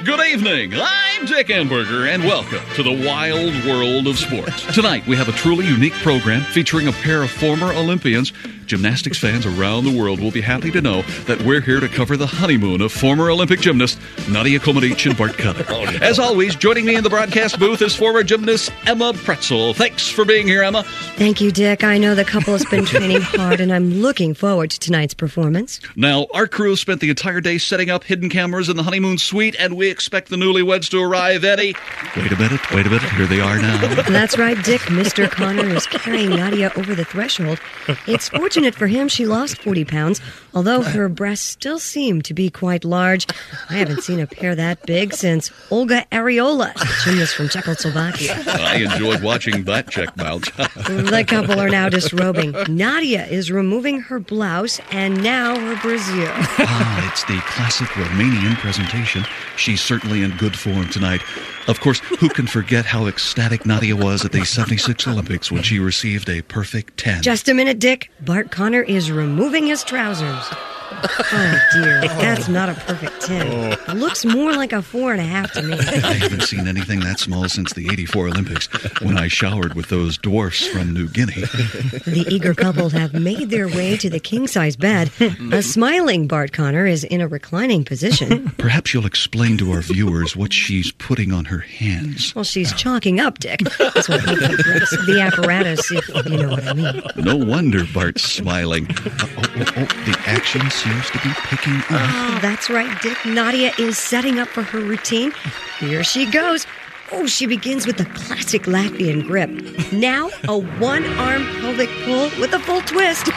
Good evening. I'm Dick Enberger, and welcome to the wild world of sports. Tonight, we have a truly unique program featuring a pair of former Olympians. Gymnastics fans around the world will be happy to know that we're here to cover the honeymoon of former Olympic gymnasts Nadia Comaneci and Bart Cutter. As always, joining me in the broadcast booth is former gymnast Emma Pretzel. Thanks for being here, Emma.
Thank you, Dick. I know the couple has been training hard, and I'm looking forward to tonight's performance.
Now, our crew spent the entire day setting up hidden cameras in the honeymoon suite, and we expect the newlyweds to arrive any. Wait a minute, wait a minute, here they are now.
That's right, Dick. Mr. Connor is carrying Nadia over the threshold. It's fortunate for him she lost 40 pounds, although her breasts still seem to be quite large. I haven't seen a pair that big since Olga Areola, a gymnast from Czechoslovakia.
I enjoyed watching that check bounce.
The couple are now disrobing. Nadia is removing her blouse and now her brassiere.
ah, it's the classic Romanian presentation. She's certainly in good form tonight. Of course, who can forget how ecstatic Nadia was at the 76 Olympics when she received a perfect 10?
Just a minute, Dick. Bart Connor is removing his trousers. Oh dear, that's not a perfect 10. Looks more like a four and a half to me.
I haven't seen anything that small since the 84 Olympics when I showered with those dwarfs from New Guinea.
The eager couple have made their way to the king size bed. A smiling Bart Connor is in a reclining position.
Perhaps you'll explain to our viewers what she's putting on her hands.
Well, she's chalking up, Dick. That's what he thinks. the apparatus, if you know what I mean.
No wonder Bart's smiling. Oh, oh, oh, the action seems to be picking up.
Oh, that's right, Dick. Nadia is setting up for her routine. Here she goes. Oh, she begins with the classic Latvian grip. Now, a one arm pelvic pull with a full twist.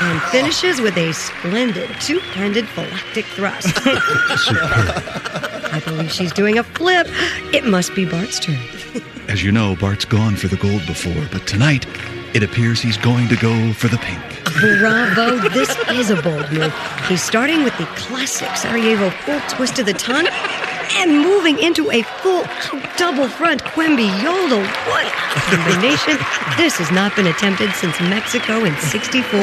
And finishes with a splendid two handed phylactic thrust. I believe she's doing a flip. It must be Bart's turn.
As you know, Bart's gone for the gold before, but tonight it appears he's going to go for the pink.
Bravo, this is a bold move. He's starting with the classic Sarajevo full twist to the tongue and moving into a full out double front Quemby Yodel. What a combination! This has not been attempted since Mexico in 64.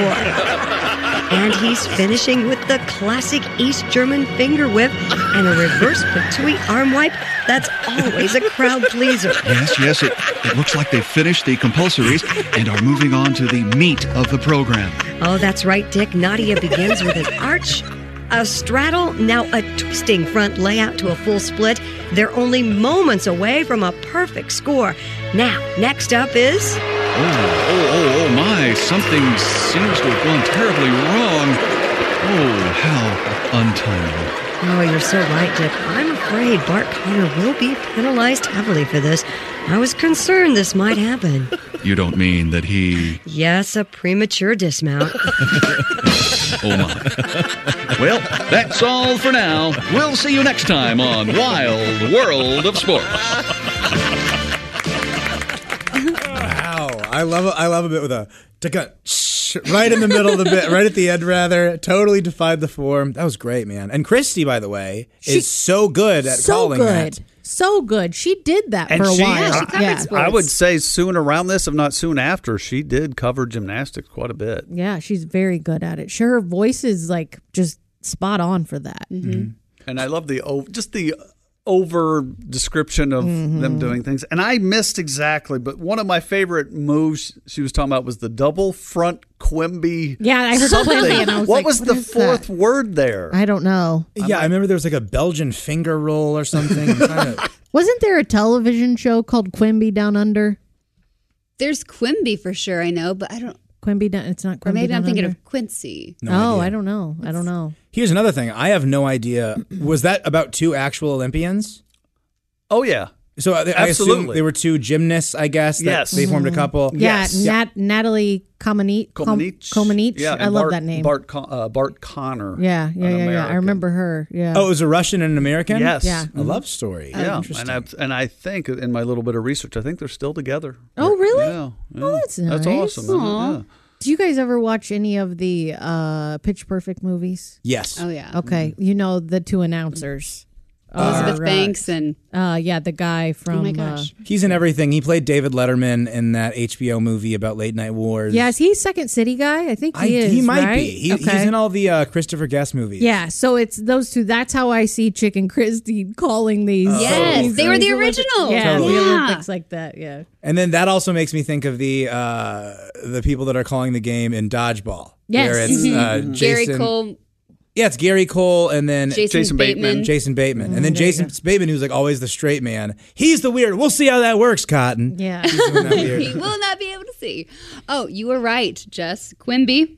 And he's finishing with the classic East German finger whip and a reverse patui arm wipe. That's always a crowd pleaser.
Yes, yes, it, it looks like they've finished the compulsories and are moving on to the meat of the program.
Oh, that's right, Dick. Nadia begins with an arch, a straddle, now a twisting front layout to a full split. They're only moments away from a perfect score. Now, next up is.
Oh, oh, oh, oh my. way, something seems to have gone terribly wrong. Oh, how untimely.
Oh, you're so right, Dick. I'm afraid Bart Connor will be penalized heavily for this. I was concerned this might happen.
You don't mean that he.
Yes, a premature dismount.
Oh, my. Well, that's all for now. We'll see you next time on Wild World of Sports.
Wow, I love I love a bit with a taka shh, right in the middle of the bit, right at the end rather. Totally defied the form. That was great, man. And Christy, by the way, is so good at
so
calling
good,
that.
so good. She did that
And
for a
she,
while.
I, I would say soon around this, if not soon after, she did cover gymnastics quite a bit.
Yeah, she's very good at it. Sure, her voice is like just spot on for that. Mm-hmm.
And I love the o- just the over description of them doing things. And I missed exactly, but one of my favorite moves she was talking about was the double front Quimby.
Yeah, I heard
something.
Quimby and I was
what
like,
was
what
the
is
fourth word there?
I don't know.
Yeah, I remember there was like a Belgian finger roll or something. I'm trying to-
Wasn't there a television show called Quimby Down Under?
There's Quimby for sure, I know, but I don't.
Quimby Down. It's not
Or
Quimby.
maybe I'm
Down
thinking
Under.
of Quincy.
No
oh,
idea.
I don't know. I don't know.
Here's another thing. I have no idea. Was that about two actual Olympians?
Oh yeah.
So I, I assume
Absolutely.
they were two gymnasts, I guess. that
Yes.
They formed a couple.
Mm-hmm. Yeah, Nat- Natalie Komenich.
Komenich.
Komenich.
Yeah,
I
and
love
Bart-
that name.
Bart Con- uh, Bart Connor.
yeah, yeah,
an
yeah, yeah. I
American.
remember her. Yeah.
Oh, it was a Russian and an American?
Yes.
Yeah. mm-hmm. Oh,
A love story.
Yeah,
Interesting.
and I, and I think in my little bit of research, I think they're still together.
Oh, really?
Yeah, yeah.
Oh, that's nice.
That's awesome. isn't it?
Aw.
Yeah.
Do you guys ever watch any of the uh, Pitch Perfect movies?
Yes. Mm-hmm.
Oh, yeah.
Okay, you know the two announcers,
Elizabeth
Are, uh,
Banks and. Oh
Uh, yeah, the guy from.
my gosh.
uh,
He's in everything. He played David Letterman in that HBO movie about late night wars.
yeah, is he Second City guy? I think he
I,
is.
he might
right?
be. He,
okay.
He's in all the uh, Christopher Guest movies.
yeah, so it's those two. That's how I see Chick and Christy calling these.
Yes,
these
they were the
Olympi-
originals.
Yeah,
Uh, Totally.
the
Yeah.
Olympics like that. Yeah,
And then that also makes me think of the uh, the people that are calling the game in dodgeball.
Yes. Mm-hmm.
where it's, uh,
Mhm. Gary
Jason,
Cole.
Yeah, it's Gary Cole and then
Jason Jason Bateman. Bateman.
Jason Bateman, and then Jason Bateman, who's like always the straight man. He's the weird. We'll see how that works, Cotton.
yeah.
Isn't that weird?
He will not be able to see. Oh, you were right, Jess. Quimby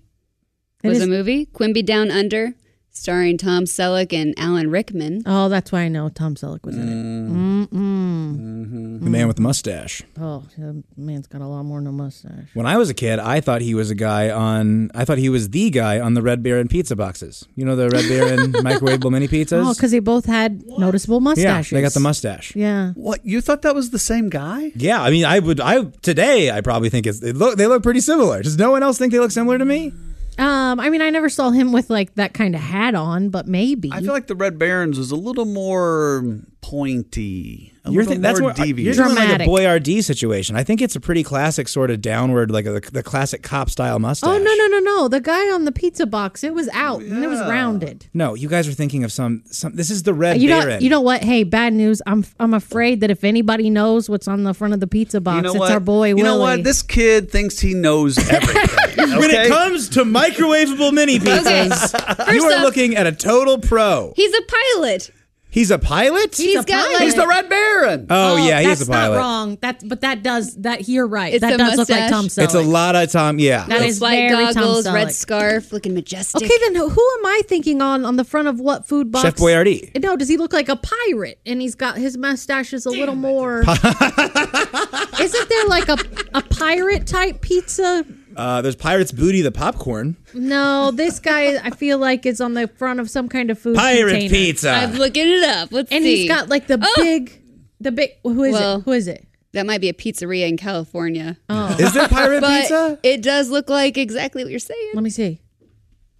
It
was
is-
a movie. Quimby Down Under, starring Tom Selleck and Alan Rickman.
Oh, that's why I know Tom Selleck was in
Mm.
it. Mm-mm.
Mm-hmm.
The man with the mustache.
Oh, the man's got a lot more than a mustache.
When I was a kid, I thought he was a guy on. I thought he was the guy on the Red Baron pizza boxes. You know the Red Baron microwavable mini pizzas.
Oh, because they both had noticeable
yeah,
mustaches.
they got the mustache.
Yeah.
What you thought that was the same guy?
Yeah, I mean, I would. I today, I probably think it's they look. They look pretty similar. Does no one else think they look similar to me?
Um, I mean, I never saw him with like that kind of hat on, but maybe.
I feel like the Red Barons was a little more pointy. A
You're
little
thi- that's
more
where
devious.
you're talking like a
Dramatic.
Boyardee situation. I think it's a pretty classic sort of downward, like a, the classic cop style mustache.
oh no no no no! The guy on the pizza box, it was out and it was rounded.
No, you guys are thinking of some. Some. This is the Red
You know,
Baron.
you know what? Hey, bad news. I'm I'm afraid that if anybody knows what's on the front of the pizza box,
you know
it's
what?
our boy
you
Willie.
know what? This kid thinks he knows everything.
when
okay?
it comes to microwavable mini pizzas, you are
off-
looking at a total pro.
He's a pilot.
He's a pilot.
He's got like.
He's the Red Baron.
oh, yeah, he
that's
is a
not
pilot.
wrong. That but that does that. You're right.
It's
that
the
does look
mustache.
like Tom Selleck.
It's a lot of time. Yeah,
That is
White
very Tom
goggles, red
Selleck.
scarf, looking majestic.
Okay, then who who am I thinking on on the front of what food box?
Chef Boyardee.
No, does he look like a pirate? And he's got his mustache is a little more. Isn't there like a a pirate type pizza?
Uh, there's Pirates Booty the popcorn.
No, this guy I feel like is on the front of some kind of food
Pirate
container.
pizza.
I'm looking it up. Let's
and
see. Oh!
he's got like the big, the big. Who is
Well-
it? Who is it? Oh.
that might be a pizzeria in California.
Is there pirate
but
pizza?
it does look like exactly what you're saying.
Let me see.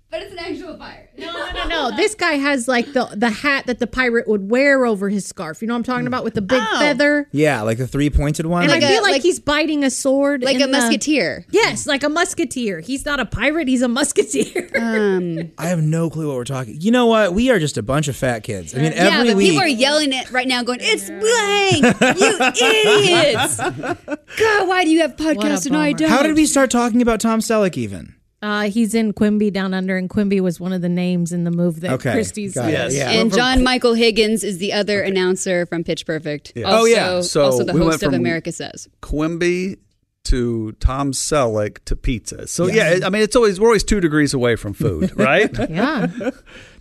But it's an actual pirate.
No, no, this guy has like the the hat that the pirate would wear over his scarf. You know what I'm talking about with the big feather.
Yeah, like the three pointed one.
And
Hmm. Oh. Like
I
a-
feel like, he's biting a sword,
like
in
a
the-
musketeer.
Yes, like a musketeer. He's not a pirate, he's a musketeer.
Um,
I have no clue what we're talking. You know what? We are just a bunch of fat kids. I mean,
yeah,
every
but
week.
people are yelling it right now, going, "It's blank, you idiots! God, why do you have podcasts and I
bummer.
don't?"
how did we start talking about Tom Selleck even?
uh, he's in Quimby Down Under, and Quimby was one of the names in the move that
Okay,
Christie's
got it.
Yes.
Yeah.
And John Michael Higgins is the other announcer from Pitch Perfect.
Yeah.
Also,
Oh, yeah.
So
also the
we went
host of
from-
America Says.
Quimby to Tom Selleck to pizza. So
Yes.
yeah, I mean it's always we're always two degrees away from food, right?
yeah.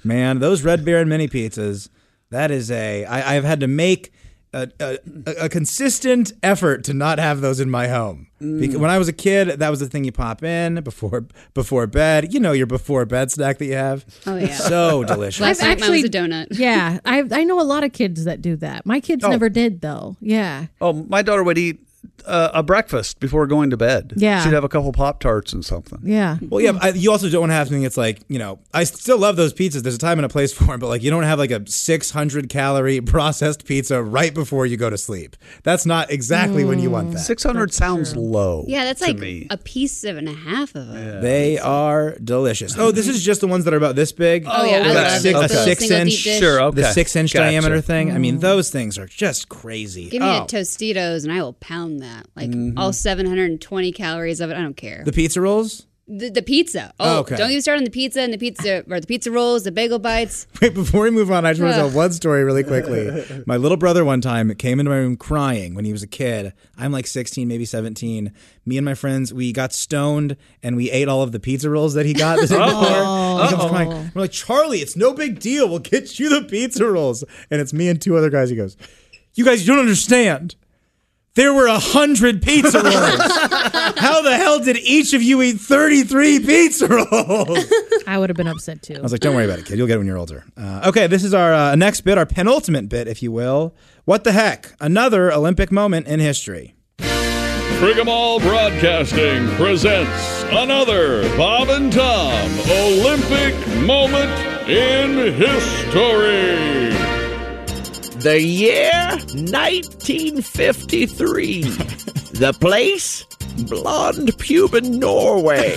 Man, those Red Baron mini pizzas, that is a. I, I've had to make a, a, a consistent effort to not have those in my home. Because
Mm.
when I was a kid, that was the thing you pop in before before bed. You know your before bed snack that you have.
Oh, yeah.
So delicious.
Last night mine was a donut.
yeah, I I know a lot of kids that do that. My kids
Oh.
never did though. Yeah.
Oh, my daughter would eat uh, a breakfast before going to bed.
Yeah.
she'd have a couple Pop Tarts and something.
Yeah.
Well, yeah. but I, you also don't want to have something that's like you know. I still love those pizzas. There's a time and a place for them, but like you don't have like a 600 calorie processed pizza right before you go to sleep. That's not exactly when you want that.
600 sounds low.
Yeah, that's
to
like
me.
a piece of and a half of
Uh,
a.
They are delicious. Oh, this is just the ones that are about this big.
Oh, yeah, I
Like
love
a
those.
six,
The
a
little
six
single
inch,
deep dish. Sure,
the
okay.
six inch
Gotcha.
diameter thing. I mean,
Mm.
those things are just crazy.
Give me
oh.
a Tostitos and I will pound that. Like
Mhm.
all 720 calories of it. I don't care.
the pizza rolls.
The, the pizza. Oh,
Oh, okay. Ah.
don't you start on the pizza and the pizza or the pizza rolls, the bagel bites.
Wait, before we move on, I just want to tell
Ugh.
one story really quickly. My little brother one time came into my room crying when he was a kid. I'm like 16, maybe 17. Me and my friends, we got stoned and we ate all of the pizza rolls that he got the day before.
Uh-oh.
He comes
Uh-oh.
crying. We're like, Charlie, it's no big deal. We'll get you the pizza rolls. And it's me and two other guys. He goes, You guys, you don't understand. There were a hundred pizza rolls. How the hell did each of you eat 33 pizza rolls?
I would have been upset too.
I was like, don't worry about it, kid. You'll get it when you're older. Uh, okay, this is our uh, next bit, our penultimate bit, if you will. What the heck? Another Olympic moment in history.
Frigamall Broadcasting presents another Bob and Tom Olympic moment in history.
The year 1953. the place? Blonde Cuban Norway.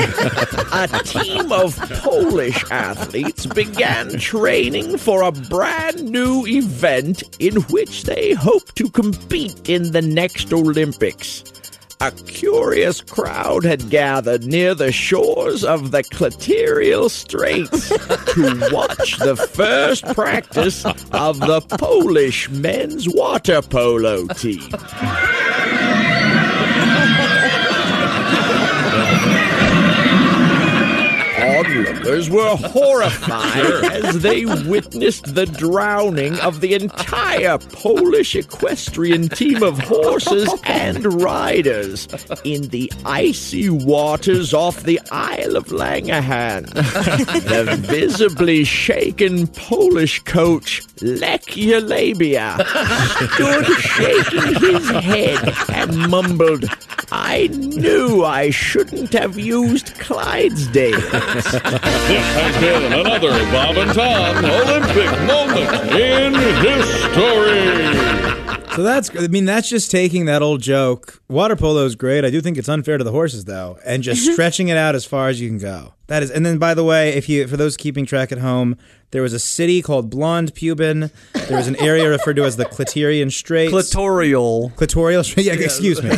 a team of Polish athletes began training for a brand new event in which they hope to compete in the next Olympics. A curious crowd had gathered near the shores of the Cliterial Straits to watch the first practice of the Polish men's water polo team. Onlookers were horrified as they witnessed the drowning of the entire Polish equestrian team of horses and riders in the icy waters off the Isle of Langerhans. the visibly shaken Polish coach, Lech Yalabia, stood shaking his head and mumbled, I knew I shouldn't have used Clydesdale.
This has been another Bob and Tom Olympic moment in history.
So that's, I mean, that's just taking that old joke. Water polo is great. I do think it's unfair to the horses, though, and just stretching it out as far as you can go. That is, and then by the way, if you, for those keeping track at home, there was a city called Blonde Pubin. There was an area referred to as the Cliterian Straits.
Clitorial.
Clitorial Straits. Yeah, excuse me.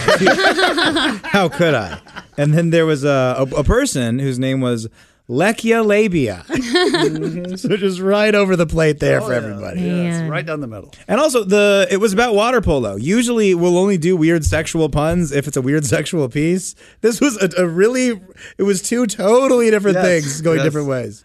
How could I? And then there was a, a, a person whose name was Lechia Labia. so just right over the plate there for everybody.
Yeah, it's Mm-hmm. right down the middle.
And also the it was about water polo. Usually we'll only do weird sexual puns if it's a weird sexual piece. This was a, a really it was two totally different
Yes,
things going
yes.
different ways.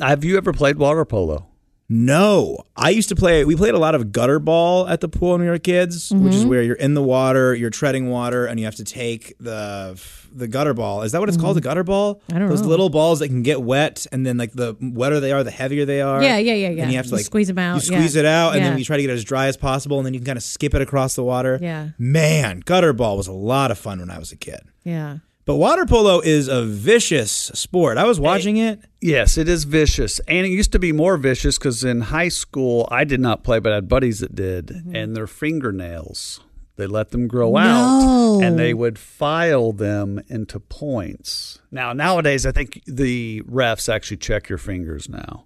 Have you ever played water polo?
No, I used to play. We played a lot of gutter ball at the pool when we were kids, which is
Mm-hmm.
Mhm.
where you're in the water, you're treading water, and you have to take the the gutter ball. Is that what it's called? The gutter ball?
Mm-hmm. I don't
Those
know.
little balls that can get wet, and then like the wetter they are, the heavier they are.
Yeah, yeah, yeah, yeah.
And you have to
You
like
squeeze 'em out,
You squeeze
yeah.
it out, and then
Yeah.
you try to get it as dry as possible, and then you can kind of skip it across the water.
Yeah.
man, gutter ball was a lot of fun when I was a kid.
Yeah.
But water polo is a vicious sport. I was watching it.
Yes, it is vicious. And it used to be more vicious because in high school, I did not play, but I had buddies that did.
Mm-hmm.
And their fingernails, they let them grow out and they
No.
would file them into points. Now, nowadays, I think the refs actually check your fingers now.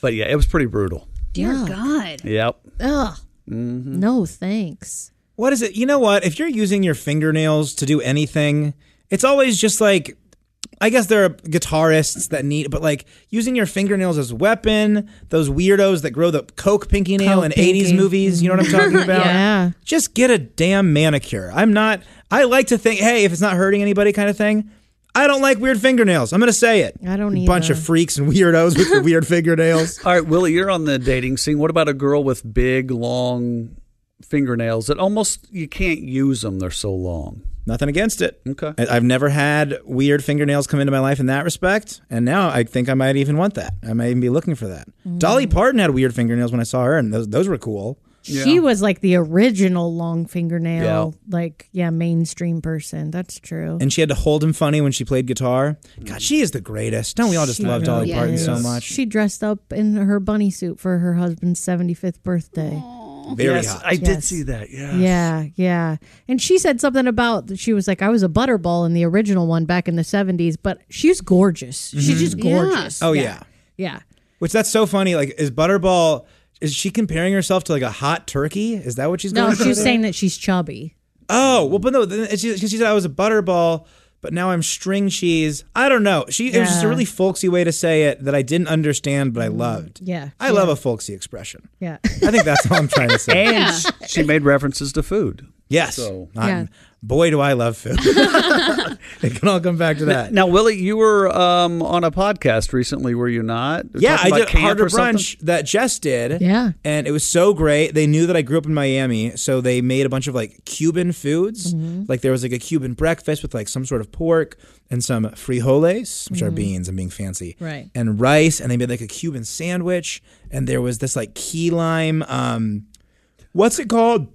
But yeah, it was pretty brutal.
Dear
Yuck.
God.
Yep. Mm-hmm.
Ugh. No thanks.
What is it? You know what? If you're using your fingernails to do anything, it's always just like I guess there are guitarists that need, but like using your fingernails as a weapon, those weirdos that grow the Coke pinky nail
Coke
in
pinky.
80s movies, you know what I'm talking about?
Yeah.
Just get a damn manicure. I'm not, I like to think, hey, if it's not hurting anybody kind of thing, I don't like weird fingernails. I'm going to say it. I don't Bunch of
either.
freaks and weirdos with the weird fingernails.
All right, Willie, you're on the dating scene. What about a girl with big, long fingernails that almost you can't use them? They're so long.
Nothing against it.
Okay.
I- I've never had weird fingernails come into my life in that respect, and now I think I might even want that. I might even be looking for that.
Mm.
Dolly Parton had weird fingernails when I saw her, and those those were cool.
She was like the original long fingernail,
Yeah.
like yeah, mainstream person. That's true.
and she had to hold him funny when she played guitar. God, she is the greatest. Don't we all just
Mm. She
love Dolly
really
Parton
is.
so much?
She dressed up in her bunny suit for her husband's seventy fifth birthday.
Very
Yes,
hot.
I did
Yes.
see that. Yes.
Yeah, yeah. And she said something about that she was like, I was a butterball in the original one back in the 70s, but she's gorgeous. She's just
Mhm.
gorgeous.
Oh yeah.
Yeah.
Which that's so funny. Like, is Butterball? Is she comparing herself to like a hot turkey? Is that what she's
No,
going for
she's
there?
saying that she's chubby.
Oh well, but no, then she, she said I was a butterball, but now I'm string cheese. I don't know. She it was just a
Yeah. Mm.
really folksy way to say it that I didn't understand, but I loved.
Yeah.
I love a folksy expression.
Yeah.
I think that's all I'm trying to say.
And she made references to food.
Yes.
So-
I'm-
Yeah.
Boy, do I love food. it can all come back to that.
Now, Willie, you were um, on a podcast recently, were you not?
Yeah,
Talking
I
about
did
camp
Harder
or something?
Brunch that Jess did.
Yeah.
And it was so great. They knew that I grew up in Miami, so they made a bunch of like Cuban foods.
Mm-hmm.
Mhm.
Like there was like a Cuban breakfast with like some sort of pork and some frijoles, which are
Mm-hmm.
Mhm.
beans, I'm being fancy.
Right.
And rice, and they made like a Cuban sandwich, and there was this like key lime um what's it called?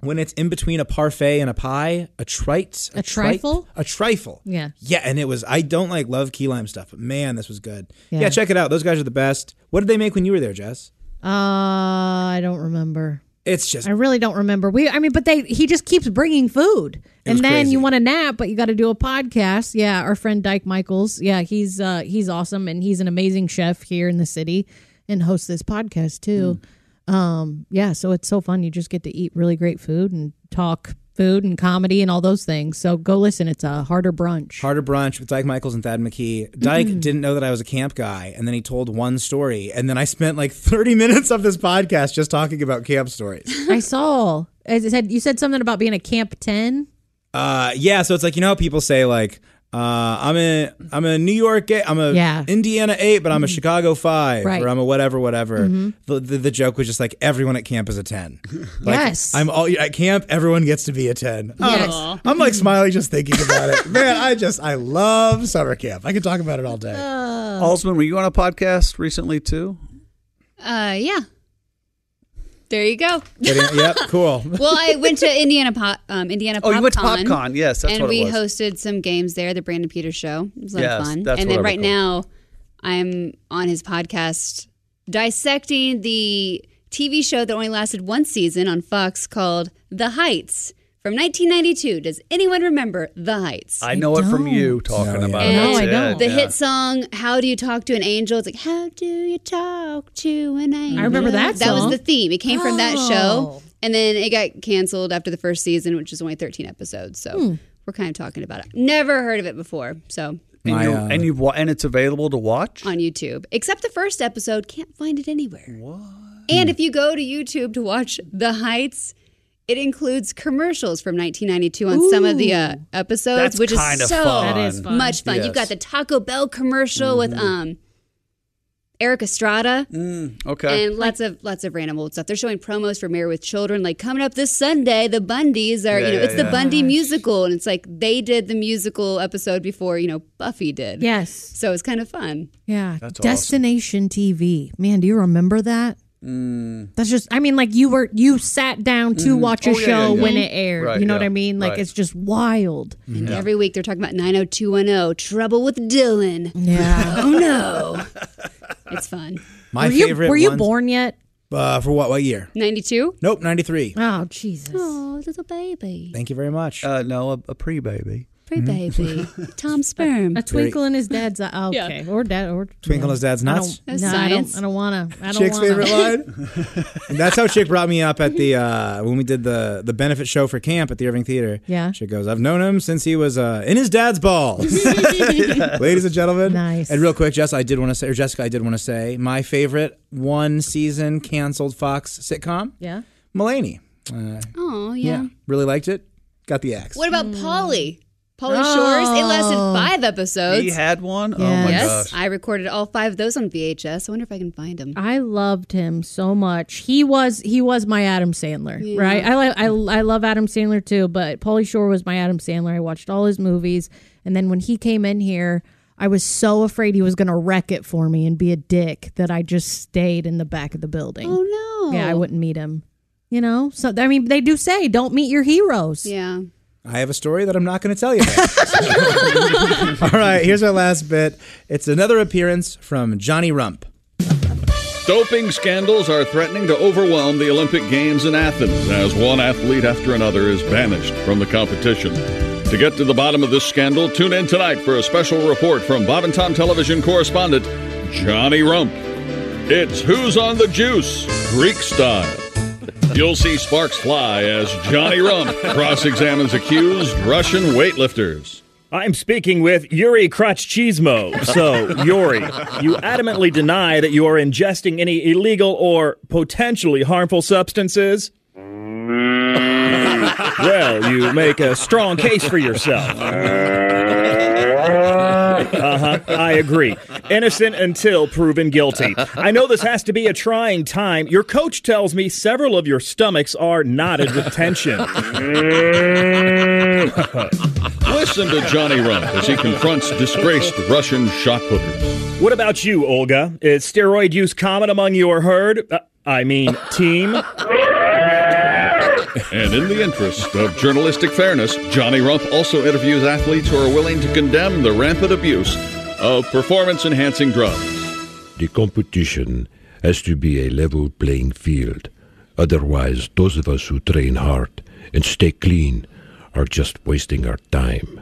When it's in between a parfait and a pie, a trite,
A trifle?
a trifle.
Yeah.
Yeah, and it was. I don't like love key lime stuff, but man, this was good. Yeah.
Yeah.
check it out. Those guys are the best. What did they make when you were there, Jess?
Uh, I don't remember.
It's just
I really don't remember. We, I mean, but they, he just keeps bringing food,
was
and then
crazy.
you want to nap, but you got to do a podcast. Yeah, our friend Dyke Michaels. Yeah, he's uh, he's awesome, and he's an amazing chef here in the city, and hosts this podcast too.
Hmm.
Um, yeah, so it's so fun. You just get to eat really great food and talk food and comedy and all those things. So go listen. It's a harder brunch.
Harder brunch with Dyke Michaels and Thad McKee. Dyke didn't know that I was a camp guy, and then he told one story, and then I spent like 30 minutes of this podcast just talking about camp stories.
I saw. I said you said something about being a camp ten.
Uh, yeah, so it's like you know how people say like. Uh, I'm a I'm a New York eight, I'm a
Yeah. Mm-hmm.
Indiana eight, but I'm a Chicago five,
Right.
or I'm a whatever whatever.
Mhm.
The, the the joke was just like everyone at camp is a ten. Like,
Yes.
I'm all at camp. Everyone gets to be a ten. I don't know.
Yes.
I'm like smiling just thinking about it. Man, I just I love summer camp. I could talk about it all day.
Alsman, were you on a podcast recently too?
Uh, yeah. There you go.
yep, cool.
well, I went to Indiana Pop, um, Indiana.
Oh, you went to
PopCon,
PopCon. Yes, that's
and
what it
we
was.
hosted some games there. The Brandon Peters show it was a lot of
Yes,
fun.
that's
and
what
then
I
right
recall.
now, I'm on his podcast dissecting the TV show that only lasted one season on Fox called The Heights from 1992. Does anyone remember The Heights?
I know it from you talking about it.
And
That's it.
The
Yeah.
hit song "How Do You Talk to an Angel?" It's like "How do you talk to an angel?"
remember that
That
song.
was the theme. It came from that
Oh.
show, and then it got canceled after the first season, which is only 13 episodes. So
Hmm.
we're kind of talking about it. Never heard of it before. So
And, you,
uh,
and you've wa- and it's available to watch.
on YouTube, except the first episode, can't find it anywhere. And if you go to YouTube to watch The Heights. It includes commercials from 1992 on some of the uh,
Ooh.
episodes,
That's
which is
kinda
so
fun. That is fun.
much fun.
Yes.
You've got the Taco Bell commercial with um, Eric Estrada.
Mm,
okay.
And lots of lots of random old stuff. They're showing promos for Married with Children. Like coming up this Sunday, the Bundys are
Yeah,
you know
yeah,
it's
yeah.
the Bundy musical, and it's like they did the musical episode before you know Buffy did.
Yes.
so it's kind of fun.
Yeah.
That's awesome.
Destination TV. Man, do you remember that?
Mm.
That's just I mean like you were you sat down to
Mhm.
watch a
Oh, yeah,
show
yeah, yeah.
when it aired.
Right,
you know
yeah,
what I mean? Like
right.
it's just wild.
And every week they're talking about 90210, trouble with Dylan.
Yeah.
oh no. It's fun.
My
were you,
favorite
Were you
ones-
born yet?
Uh, for what what year?
92?
Nope, 93.
Oh Jesus.
Oh, little baby.
Thank you very much.
Uh, no, a, a pre baby.
Pretty baby. Tom Sperm.
A twinkle in his dad's eye. Oh, okay, or dad, or
Twinkle in his dad's nuts?
I
That's
don't, no, I
science.
don't, I don't want to. I don't
Chick's
wanna.
favorite line. And that's how Chick brought me up at the uh, when we did the the benefit show for camp at the Irving Theater.
Yeah.
Chick goes, I've known him since he was uh, in his dad's balls, ladies and gentlemen. Nice. And real quick, Jess, I did want to say, or Jessica, I did want to say, my favorite one season canceled Fox sitcom,
Yeah.
Mulaney. Uh,
Oh yeah.
really liked it. Got the axe.
What
Hmm.
about Polly? Polly Shores. It lasted
Oh.
five episodes.
He had one? Oh, my
yes,
gosh.
I recorded all five of those on VHS. I wonder if I can find them.
I loved him so much. He was he was my Adam Sandler,
Yeah.
right? I, li- I I love Adam Sandler too, but Pauly Shore was my Adam Sandler. I watched all his movies, and then when he came in here, I was so afraid he was going to wreck it for me and be a dick that I just stayed in the back of the building.
Oh
Yeah, I wouldn't meet him. You know, so I mean, they do say don't meet your heroes.
Yeah.
I have a story that I'm not going to tell you. about. All right, here's our last bit. It's another appearance from Johnny Rump.
Doping scandals are threatening to overwhelm the Olympic Games in Athens as one athlete after another is banished from the competition. To get to the bottom of this scandal, tune in tonight for a special report from Bob and Tom television correspondent Johnny Rump. It's Who's on the Juice, Greek style. You'll see sparks fly as Johnny Rump cross examines accused Russian weightlifters.
I'm speaking with Yuri Crotchchismo. So, Yuri, you adamantly deny that you are ingesting any illegal or potentially harmful substances? well, you make a strong case for yourself. Uh-huh. I agree. Innocent until proven guilty. I know this has to be a trying time. Your coach tells me several of your stomachs are knotted with tension.
Mm. Listen to Johnny Rump as he confronts disgraced Russian shot putters.
What about you, Olga? Is steroid use common among your herd? Uh, I mean, team?
And in the interest of journalistic fairness, Johnny Rump also interviews athletes who are willing to condemn the rampant abuse of performance enhancing drugs.
The competition has to be a level playing field. Otherwise, those of us who train hard and stay clean are just wasting our time.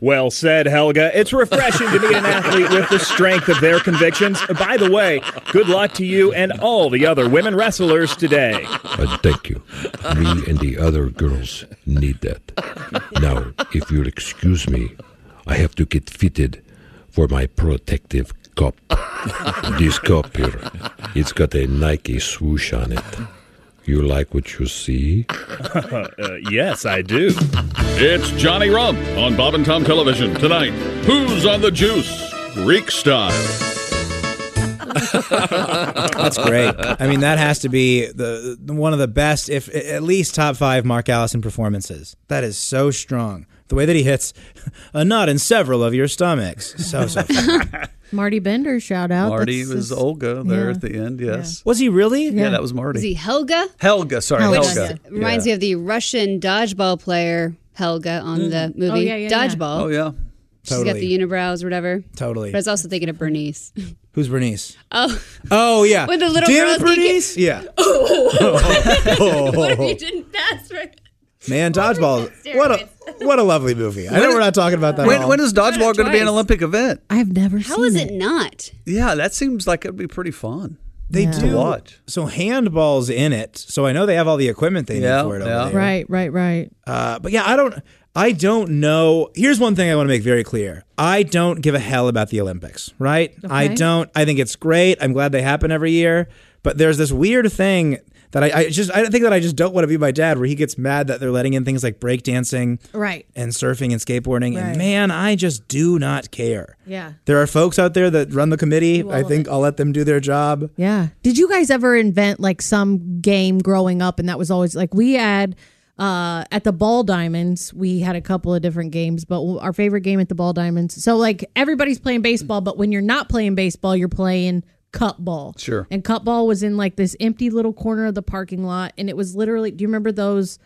Well said, Helga. It's refreshing to meet an athlete with the strength of their convictions. By the way, good luck to you and all the other women wrestlers today.
But Uh, thank you. Me and the other girls need that. Now, if you'll excuse me, I have to get fitted for my protective cup. This cup here, it's got a Nike swoosh on it. You like what you see?
uh, yes, I do. It's Johnny Rump on Bob and Tom Television tonight. Who's on the juice? Greek style.
That's great. I mean, that has to be the, the- one of the best, if at least top five Mark Allison performances. That is so strong. The way that he hits a nut in several of your stomachs, so so.
Marty Bender, shout out.
Marty
That's
was
his-
Olga there
yeah.
at the end, yes.
Was he really?
Yeah,
Yeah.
that was Marty.
Is he Helga?
Helga, sorry,
Which
Helga.
reminds me of the Russian dodgeball player Helga on the movie
Oh, yeah, yeah, yeah.
Dodgeball.
Oh, yeah.
She's got
Totally.
the unibrows, or whatever.
Totally.
But I was also thinking of Bernice.
Who's Bernice?
Oh,
Oh, yeah.
When the little
Damn it,
girls keep-
Bernice? Yeah.
what if
Oh.
you didn't pass for?
Man, Dodgeball. What a, what a lovely movie. I know we're not talking about that at
When,
all.
when is dodgeball going to be an
twice.
Olympic event?
I've never
How is it not?
Yeah, that seems like it'd be pretty fun.
They
Yeah.
do.
To watch.
So handball's in it. So I know they have all the equipment they
Yeah,
need for it
yeah.
over there.
Right, right, right.
Uh, but yeah, I don't. I don't know. Here's one thing I want to make very clear. I don't give a hell about the Olympics, right? I
Okay.
don't. I think it's great. I'm glad they happen every year. But there's this weird thing that I, I just. I think that I just don't want to be my dad, where he gets mad that they're letting in things like breakdancing
Right.
and surfing and skateboarding.
Right.
And man, I just do not care.
Yeah.
There are folks out there that run the committee. I think I'll let them do their job.
Yeah. Did you guys ever invent like some game growing up and that was always like we had uh at the Ball Diamonds, we had a couple of different games, but our favorite game at the Ball Diamonds. So like everybody's playing baseball, but when you're not playing baseball, you're playing cup ball.
Sure.
And cup ball was in like this empty little corner of the parking lot and it was literally do you remember those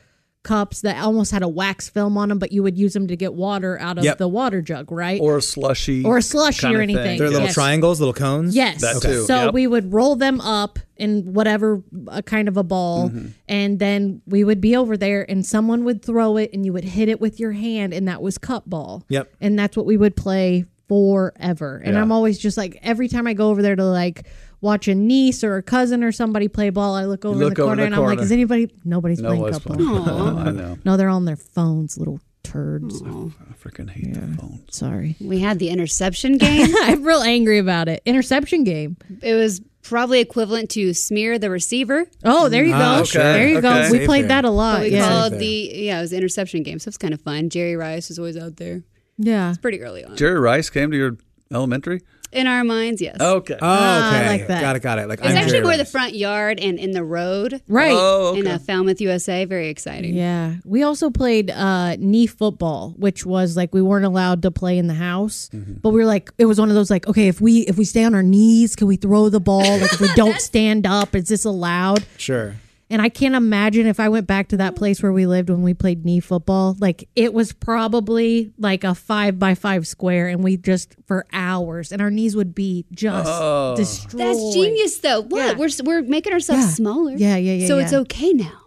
cups that almost had a wax film on them, but you would use them to get water out of
Yep.
the water jug, right?
or a slushy
Or a slushy
kinda
or anything.
thing.
They're little
Yes.
triangles, little cones.
Yes.
That too,
So
yep.
we would roll them up in whatever uh, kind of a ball,
Mhm.
and then we would be over there, and someone would throw it, and you would hit it with your hand, and that was cup ball.
Yep.
And that's what we would play forever. And
Yeah.
I'm always just like, every time I go over there to like watch a niece or a cousin or somebody play ball, I look over
look
in the
over
corner
the
and I'm
corner.
like, is anybody? Nobody's playing
Nobody's
cup
playing
ball.
cup ball. I know.
No, they're on their phones, little turds.
I freaking hate the phone.
Sorry.
We had the interception game.
I'm real angry about it. Interception game.
It was probably equivalent to smear the receiver.
Oh, there you go. Ah, okay. There you go. Okay. We played that a lot,
But we
yeah.
called
Safe
the yeah, it was the interception game, so it's kind of fun. Jerry Rice was always out there.
Yeah,
it's pretty early on
Jerry Rice came to your elementary.
in our minds. Yes.
Okay.
Oh,
Ah,
okay.
I like that.
Got it. Got it. Like
It's
I'm
actually
Jerry
more
Rice.
the front yard and in the road.
Right. Oh,
In
okay.
uh, Falmouth, USA. Very exciting.
Yeah. We also played uh, knee football, which was like we weren't allowed to play in the house, but we were like it was one of those like okay if we if we stay on our knees can we throw the ball like if we don't stand up is this allowed?
Sure.
And I can't imagine if I went back to that place where we lived when we played knee football. Like it was probably like a five by five square, and we just for hours, and our knees would be just
Oh.
destroyed.
That's genius, though. What? We're, s- we're making ourselves smaller.
Yeah, yeah, yeah,
So
yeah.
it's okay now.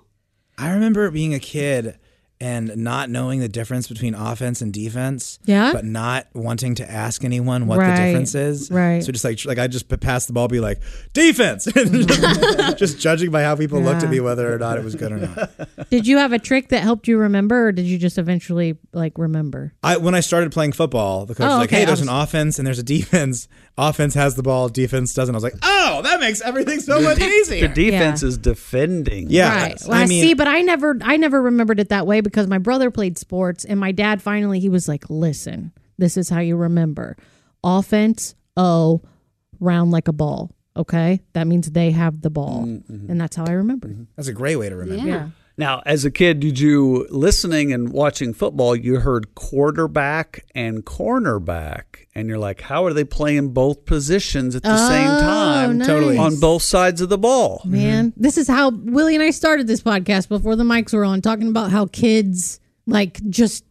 I remember being a kid and not knowing the difference between offense and defense.
Yeah?
But not wanting to ask anyone what
Right,
the difference is.
right.
So just like like I just pass the ball, be like defense, And just, just judging by how people looked at
Yeah.
me whether or not it was good or not.
Did you have a trick that helped you remember, or did you just eventually like remember?
I when I started playing football, the coach was
Oh,
like,
okay,
"Hey, there's
I
an offense and there's a defense. Offense has the ball, defense doesn't." I was like, "Oh, that makes everything so much easier."
Your defense is defending.
Yeah.
Right. Well, I, see, but I never, I never remembered it that way because my brother played sports, and my dad finally he was like, "Listen, this is how you remember: offense, O, round like a ball. Okay, that means they have the ball, and that's how I remember.
Mm-hmm.
That's a great way to remember.
Yeah.
Now, as a kid, did you listening and watching football? You heard quarterback and cornerback, and you're like, "How are they playing both positions at the same
Oh,
time?
nice. Totally.
on both sides of the ball."
Man, this is how Willie and I started this podcast before the mics were on, talking about how kids like just,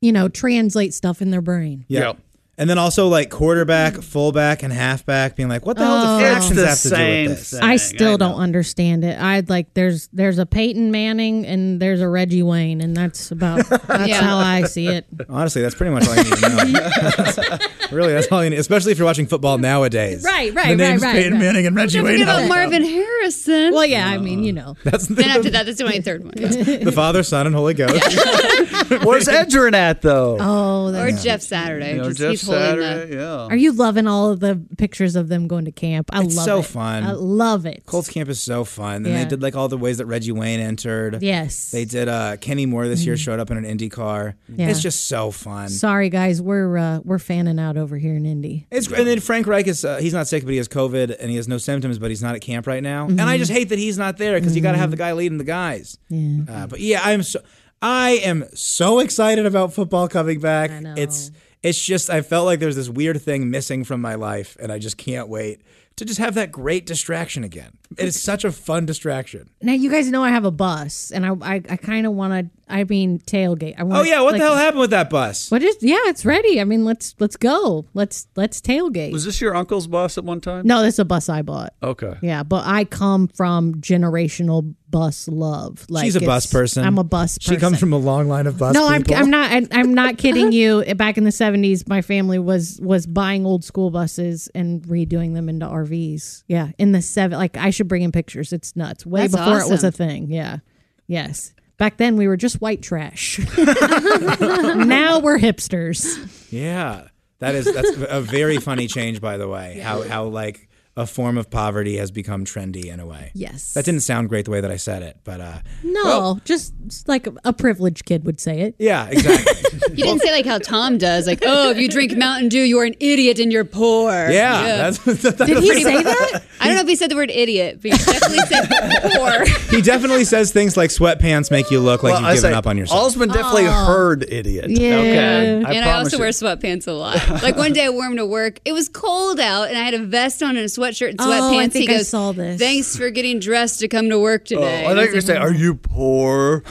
you know, translate stuff in their brain.
Yeah. And then also like quarterback, fullback, and halfback being like, what the hell
Oh.
do fractions
It's the
have to
same
do with this?
I still don't understand it. I like there's there's a Peyton Manning and there's a Reggie Wayne, and that's about that's
Yeah.
how I see it.
Honestly, that's pretty much all you need to know. really, that's all you need, especially if you're watching football nowadays.
Right, right,
The
right,
name's
right,
Peyton
right.
Manning and Reggie
Don't
Wayne.
forget about
Howard.
Marvin Harrison.
Well, yeah, I mean, you know.
That's the,
then after that, that's the only third one.
the Father, Son, and Holy Ghost.
Where's Edgerin at though?
Oh,
Or
that's
Jeff Saturday.
Yeah, or
just,
Jeff
he's holding
Saturday,
the,
yeah.
Are you loving all of the pictures of them going to camp? I
It's
love
so
it.
fun.
I love it.
Colts camp is so fun. Then
Yeah.
they did like all the ways that Reggie Wayne entered.
Yes. Mm-hmm.
They did uh Kenny Moore this year showed up in an Indy car.
Yeah.
It's just so fun.
Sorry guys, we're uh, we're fanning out over here in Indy.
It's gr- and then Frank Reich is uh, he's not sick, but he has COVID and he has no symptoms, but he's not at camp right now. And I
Mhm.
just hate that he's not there because you got to have the
Mm-hmm.
guy leading the guys.
Yeah.
Uh, but yeah, I'm so I am so excited about football coming back. It's it's just I felt like there's this weird thing missing from my life, and I just can't wait to just have that great distraction again. It is such a fun distraction.
Now you guys know I have a bus, and I I, I kind of want to. I mean tailgate. I wanna,
oh yeah, what
like-
the hell happened with that bus?
What is? Yeah, it's ready. I mean, let's let's go. Let's let's tailgate.
Was this your uncle's boss at one time?
No, this is a bus I bought.
Okay.
Yeah, but I come from generational bus love. Like
She's a bus
it's-
person.
I'm a bus person.
She comes from a long line of bus.
no, I'm,
people.
I'm not. I, I'm not kidding you. Back in the 70s, my family was was buying old school buses and redoing them into RVs. Yeah, in the seven. Like I should bring in pictures. It's nuts. Way
That's
before it was a
awesome.
thing. Yeah, yes. Back then we were just white trash. now we're hipsters.
Yeah, that is that's a very funny change, by the way. How how like a form of poverty has become trendy in a way.
Yes.
that didn't sound great the way that I said it, but uh,
No, just like a privileged kid would say it.
yeah, exactly.
You didn't say like how Tom does, like, oh, if you drink Mountain Dew, you're an idiot and you're poor.
yeah, That's,
Did he say that? I don't know if he said the word idiot, but he definitely said poor.
he definitely says things like sweatpants make you look like
Well, I
you've given
say,
up on yourself.
Osmond definitely heard idiot.
Yeah.
Okay.
and I
promise
also
you.
wear sweatpants a lot. Like one day I wore them to work. It was cold out, and I had a vest on and a sweatshirt and
Oh,
sweatpants.
I think
he
I
goes,
saw this.
Thanks for getting dressed to come to work today.
Oh, I
And
like
it's
to say,
like,
are you poor?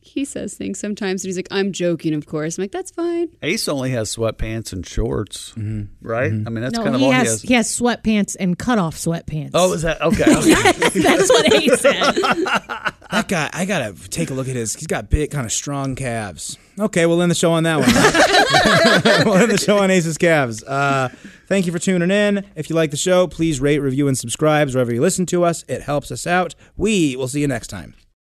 He says things sometimes, and he's like, I'm joking, of course. I'm like, that's fine.
Ace only has sweatpants and shorts, right? I mean, that's
no,
kind of
he
all
has,
he has.
sweatpants and cutoff sweatpants.
Oh, is that okay?
That's what he said.
That guy, I gotta take a look at his. He's got big, kind of strong calves. Okay, we'll end the show on that one. we'll end the show on Ace's calves. Uh, thank you for tuning in. If you like the show, please rate, review, and subscribe wherever you listen to us. It helps us out. We will see you next time.